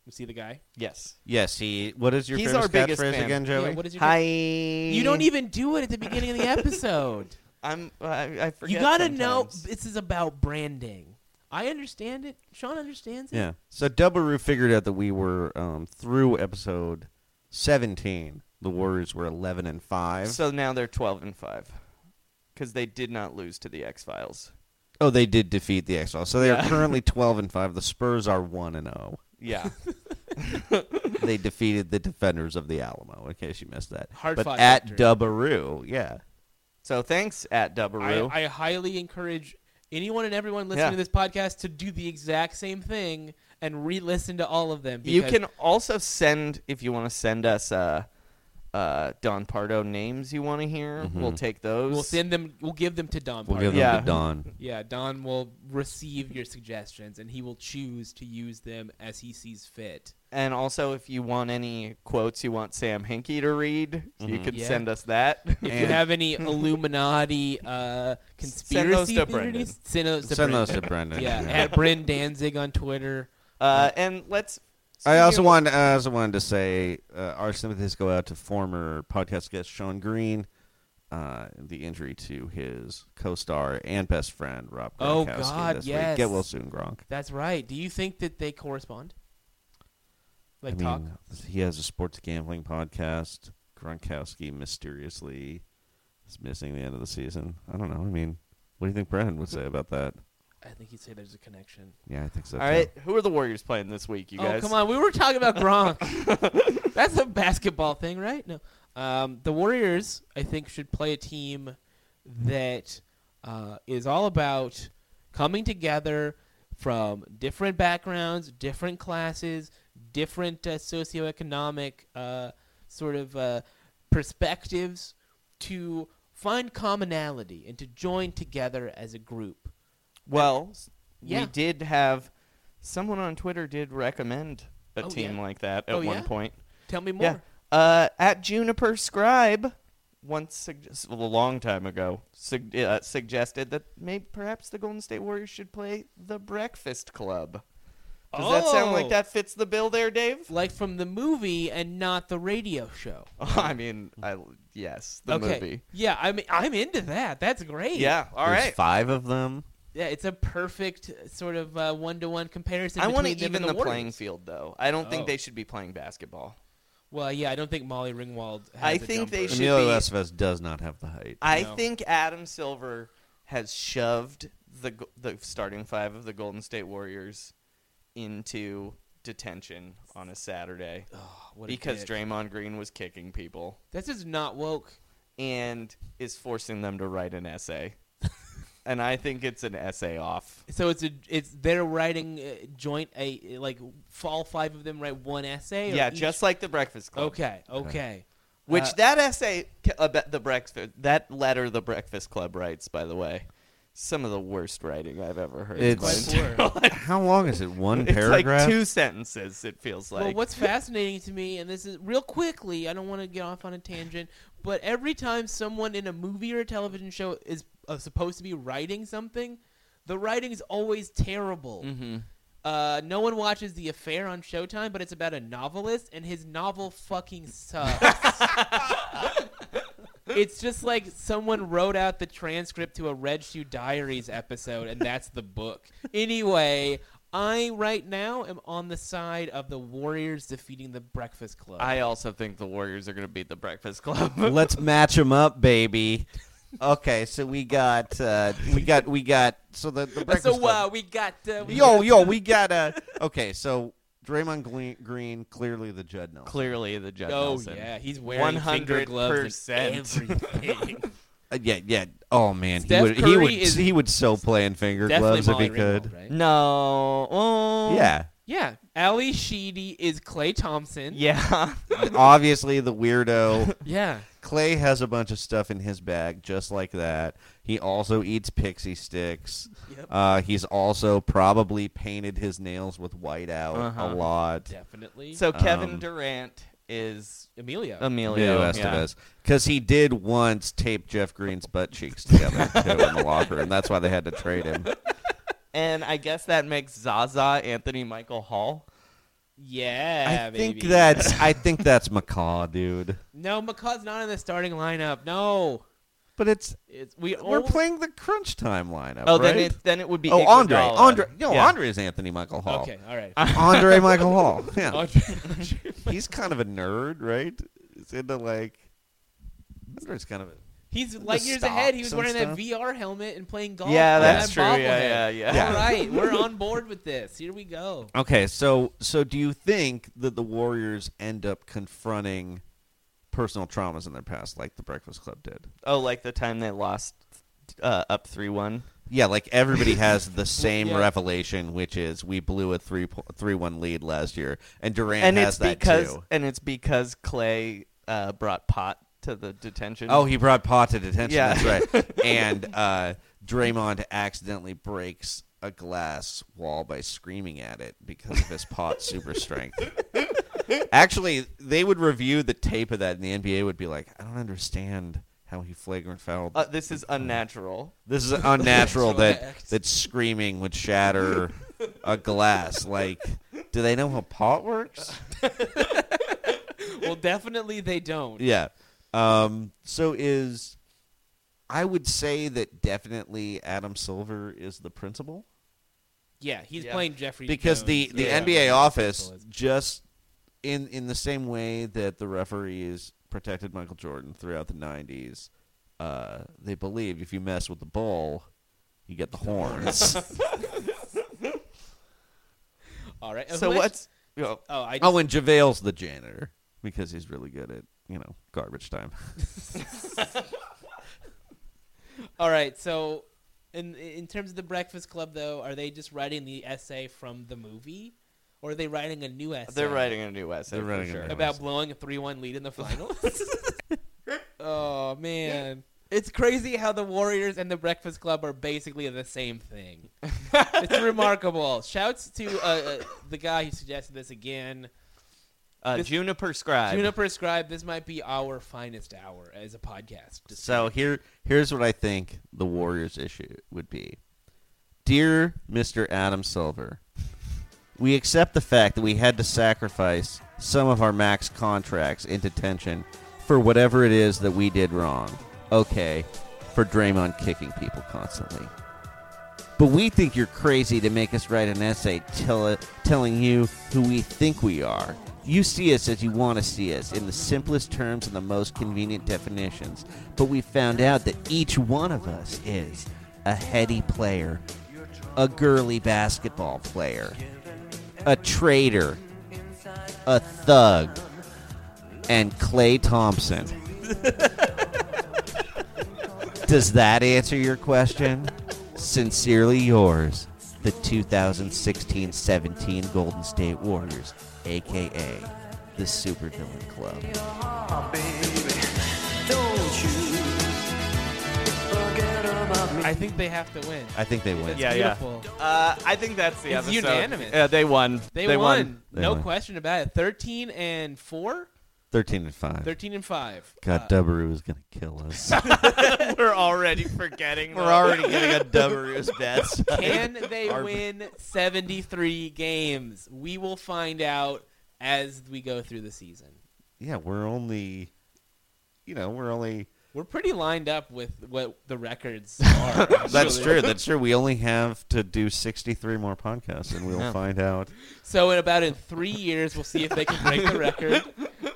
S2: You see the guy?
S4: Yes.
S1: Yes, he. What is your
S4: He's
S1: famous
S4: our biggest
S1: catchphrase
S4: fan.
S1: again,
S2: Yeah,
S1: Joey?
S2: what is your
S4: Hi.
S2: You don't even do it at the beginning of the episode.
S4: I'm I, I forget.
S2: you gotta know
S4: sometimes.
S2: this is about branding. I understand it. Sean understands it.
S1: Yeah. So Dubbaroo figured out that we were um, through episode 17. The Warriors were 11 and 5.
S4: So now they're 12 and 5 cuz they did not lose to the X-Files.
S1: oh, they did defeat the X Files. So they are currently 12 and 5. The Spurs are 1 and 0.
S4: Yeah.
S1: They defeated the defenders of the Alamo, in case you missed that.
S2: Hard
S1: but
S2: fought
S1: at
S2: victory.
S1: Dubbaroo, yeah.
S4: so thanks at Dubbaroo.
S2: I, I highly encourage anyone and everyone listening
S4: Yeah.
S2: to this podcast to do the exact same thing and re-listen to all of them.
S4: you
S2: because
S4: can also send if you want to send us uh uh Don Pardo names you want to hear. We'll take those.
S2: We'll send them. We'll give them to Don.
S1: We'll
S2: Pardo.
S1: give them
S4: them Yeah.
S1: to
S4: to
S1: Don.
S2: Yeah, Don will receive your suggestions and he will choose to use them as he sees fit.
S4: And also, if you want any quotes you want Sam Hinkie to read, you can
S2: Yeah.
S4: send us that.
S2: If you have any Illuminati uh,
S4: Send those
S2: conspiracy
S4: to
S2: theories, send those to
S1: Send
S2: Brendan.
S1: those to Brendan.
S2: yeah, at Bryn Danzig on Twitter.
S4: uh, and let's.
S1: I also want. I also wanted to say uh, our sympathies go out to former podcast guest Sean Green, uh, the injury to his co-star and best friend Rob.
S2: Oh,
S1: Gronkowski
S2: God,
S1: this
S2: yes.
S1: Week. Get well soon, Gronk.
S2: That's right. Do you think that they correspond? Like
S1: I
S2: talk?
S1: mean, he has a sports gambling podcast. Gronkowski mysteriously is missing the end of the season. I don't know. I mean, what do you think Brendan would say about that?
S2: I think he'd say there's a connection.
S1: Yeah, I think so.
S4: All right, who are the Warriors playing this week, you
S2: oh,
S4: guys?
S2: come on. We were talking about Gronk. That's a basketball thing, right? No. Um, the Warriors, I think, should play a team that uh, is all about coming together from different backgrounds, different classes, different uh, socioeconomic uh, sort of uh, perspectives to find commonality and to join together as a group.
S4: Well,
S2: Yeah.
S4: we did have someone on Twitter did recommend a
S2: Oh,
S4: team
S2: yeah.
S4: like that at
S2: Oh,
S4: one
S2: yeah?
S4: point.
S2: Tell me more.
S4: Yeah. Uh, at Juniper Scribe once suggested a long time ago sug- uh, suggested that maybe perhaps the Golden State Warriors should play the Breakfast Club. Does that sound
S2: Oh.
S4: like that fits the bill there, Dave?
S2: Like from the movie and not the radio show.
S4: I mean, I yes, the
S2: okay.
S4: movie.
S2: Yeah, I mean, I'm into that. That's great.
S4: Yeah, all right.
S1: five of them.
S2: Yeah, it's a perfect sort of uh, one-to-one comparison.
S4: I want to
S2: between them
S4: even
S2: and
S4: the,
S2: the, Warriors.
S4: playing field, though. I don't
S2: Oh.
S4: think they should be playing basketball.
S2: Well, yeah, I don't think Molly Ringwald. Has
S4: I
S2: a
S4: think they
S2: jumper.
S4: should
S1: Emilio
S4: be-
S1: Estevez does not have the height.
S4: I
S2: No.
S4: think Adam Silver has shoved the g- the starting five of the Golden State Warriors into detention on a Saturday
S2: Oh, What a
S4: because
S2: dick.
S4: Draymond Green was kicking people
S2: That's just not woke.
S4: and is forcing them to write an essay. and I think it's an essay off.
S2: So it's a it's they're writing uh, joint a like fall five of them write one essay. or
S4: yeah,
S2: each-
S4: just like the Breakfast Club.
S2: okay, okay.
S4: Which that essay c- about the breakfast, that letter the Breakfast Club writes, by the way, some of the worst writing I've ever heard.
S1: It's-
S4: Quite literally.
S1: How long is it? One
S4: it's
S1: paragraph.
S4: like two sentences. It feels like.
S2: well, what's fascinating to me, and this is real quickly, I don't want to get off on a tangent, but every time someone in a movie or a television show is uh, supposed to be writing something, the writing is always terrible. Uh, no one watches The Affair on Showtime, but it's about a novelist, and his novel fucking sucks. it's just like someone wrote out the transcript to a Red Shoe Diaries episode, and that's the book. Anyway, I right now am on the side of the Warriors defeating the Breakfast Club.
S4: I also think the Warriors are going to beat the Breakfast Club.
S1: Let's match them up, baby. Okay, so we got uh, we got we got so the, the breakfast.
S2: so
S1: Club-
S2: uh, we got uh, we
S1: yo yo we got uh okay so Draymond Green, Green clearly the Judd Nelson.
S4: Clearly, the Judd
S2: Oh
S4: Nelson.
S2: yeah, he's wearing finger gloves and
S4: 100%.
S2: everything.
S1: Uh, yeah yeah oh man
S2: Steph
S1: he would he
S2: Curry
S1: would
S2: is
S1: he would so play in finger
S2: Definitely
S1: gloves if he
S2: Molly Ringwald,
S1: could.
S2: right?
S4: No. Oh.
S1: Yeah,
S2: Yeah, Ali Sheedy is Clay Thompson.
S4: Yeah.
S1: obviously the weirdo.
S2: yeah.
S1: Clay has a bunch of stuff in his bag, just like that. He also eats pixie sticks. Uh, he's also probably painted his nails with white out
S4: Uh-huh.
S1: a lot.
S2: Definitely.
S4: so Kevin
S2: Um,
S4: Durant is
S2: Emilio.
S4: Emilio.
S1: Emilio Estevez, because he did once tape Jeff Green's butt cheeks together too, in the locker room. That's why they had to trade him.
S4: And I guess that makes Zaza Anthony Michael Hall.
S2: yeah,
S1: I think
S2: baby.
S1: that's I think that's macaw, dude.
S2: No, McCaw's not in the starting lineup. No.
S1: But it's
S2: It's we
S1: we're
S2: all-
S1: playing the crunch time lineup.
S4: Oh, then
S1: right?
S4: it then it would be.
S1: oh Andre,
S4: Iguodala.
S1: Andre, no
S4: Yeah.
S1: Andre is Anthony Michael Hall.
S2: Okay, all right.
S1: Andre Michael Hall. Yeah.
S2: Andre-
S1: He's kind of a nerd, right? He's into like. Andre's kind of a.
S2: He's light years
S1: stops
S2: ahead. He was
S1: and
S2: wearing
S1: stuff.
S2: that VR helmet and playing golf.
S4: Yeah,
S2: with that
S4: that's true. Yeah,
S2: bobblehead.
S4: yeah, yeah.
S1: Yeah.
S2: All right, we're on board with this. Here we go.
S1: Okay, so so do you think that the Warriors end up confronting personal traumas in their past, like the Breakfast Club did?
S4: Oh, like the time they lost uh, up three one.
S1: Yeah, like everybody has the same
S2: Yeah.
S1: revelation, which is we blew a three po- three one lead last year, and Durant
S4: and
S1: has
S4: it's
S1: that
S4: because
S1: too.
S4: and it's because Clay uh, brought pot to the detention.
S1: Oh, he brought Pot to detention.
S4: Yeah.
S1: That's right. and uh, Draymond accidentally breaks a glass wall by screaming at it because of his Pot super strength. Actually, they would review the tape of that, and the NBA would be like, "I don't understand how he flagrant fouled.
S4: uh, this is unnatural.
S1: this is unnatural that that screaming would shatter a glass. Like, do they know how Pot works?
S2: Well, definitely they don't.
S1: Yeah. Um, so is I would say that definitely Adam Silver is the principal
S2: Yeah, he's
S4: Yeah.
S2: playing Jeffrey
S1: because
S2: Jones.
S1: the the
S2: Yeah.
S1: NBA office just in in the same way that the referees protected Michael Jordan throughout the 90s, uh, they believed if you mess with the ball, you get the horns.
S2: All right.
S4: So
S2: who act-
S4: what's oh,
S2: Oh, I
S1: oh, and JaVale's the janitor because he's really good at, you know, garbage time.
S2: All right. So, in in terms of the Breakfast Club, though, are they just writing the essay from the movie, or are they writing a new essay?
S4: they're writing a new essay.
S1: They're
S4: for
S1: writing a
S4: sure.
S1: new
S2: about blowing a three-one lead in the finals. oh man, it's crazy how the Warriors and the Breakfast Club are basically the same thing. it's remarkable. Shouts to uh, uh, the guy who suggested this again.
S4: uh, Juniper Scribe.
S2: Juniper Scribe. This might be our finest hour as a podcast.
S1: So here, here's what I think the Warriors' issue would be. Dear Mr. Adam Silver, we accept the fact that we had to sacrifice some of our max contracts in detention for whatever it is that we did wrong. Okay, for Draymond kicking people constantly. But we think you're crazy to make us write an essay tell, telling you who we think we are. You see us as you want to see us, in the simplest terms and the most convenient definitions. But we found out that each one of us is a heady player, a girly basketball player, a traitor, a thug, and Clay Thompson. Does that answer your question? Sincerely yours, the 2016 17 Golden State Warriors, aka the Super Villain Club.
S2: I think they have to win.
S1: I think they win.
S4: Yeah,
S2: Beautiful.
S4: Uh, I think that's the
S2: It's
S4: episode.
S2: unanimous.
S4: Yeah, they won.
S2: They, won.
S1: They
S2: no
S1: won.
S2: question about it. 13 and 4?
S1: 13 and 5.
S2: 13 and 5.
S1: God, Dubberoo is going to kill us.
S4: We're already forgetting.
S1: We're
S4: them.
S1: already getting a Dubberoo's bad side.
S2: Can they win 73 games? We will find out as we go through the season.
S1: Yeah, we're only, you know, we're only.
S2: We're pretty lined up with what the records are.
S1: That's
S2: actually.
S1: true. That's true. We only have to do 63 more podcasts, and we'll find out.
S2: So in about in three years, we'll see if they can break the record.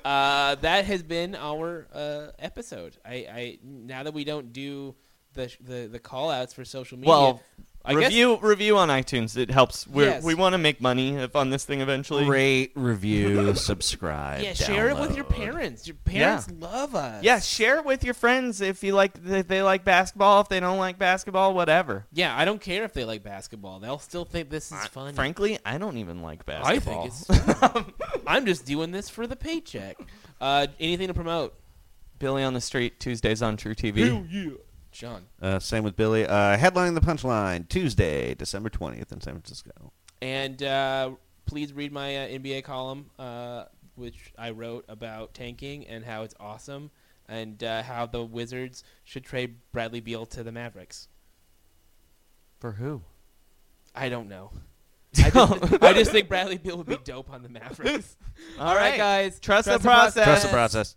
S2: Uh, that has been our uh, episode. I, I now that we don't do the sh- the, the call outs for social media.
S4: Well,
S2: I guess-
S4: review review on iTunes. It helps. We're,
S2: Yes.
S4: We want to make money if on this thing eventually.
S1: Rate, review, subscribe.
S2: yeah, share it with your
S1: download.
S2: parents. Your parents love us.
S4: Yeah, share it with your friends if you like. If they like basketball, if they don't like basketball, whatever.
S2: Yeah, I don't care if they like basketball. They'll still think this is fun.
S4: Frankly, I don't even like
S2: I
S4: basketball.
S2: think it's. I'm just doing this for the paycheck. Uh, anything to promote?
S4: Billy on the Street Tuesdays on True TV.
S2: John
S1: Uh, same with Billy. Uh, headlining the punchline Tuesday, December 20th in San Francisco.
S2: and uh, please read my uh, NBA column, uh, which I wrote about tanking and how it's awesome, and uh, how the Wizards should trade Bradley Beal to the Mavericks.
S4: For who?
S2: I don't know. I just, I just think Bradley Beal would be dope on the Mavericks. All right, guys.
S4: Trust, the process.
S1: Trust the process.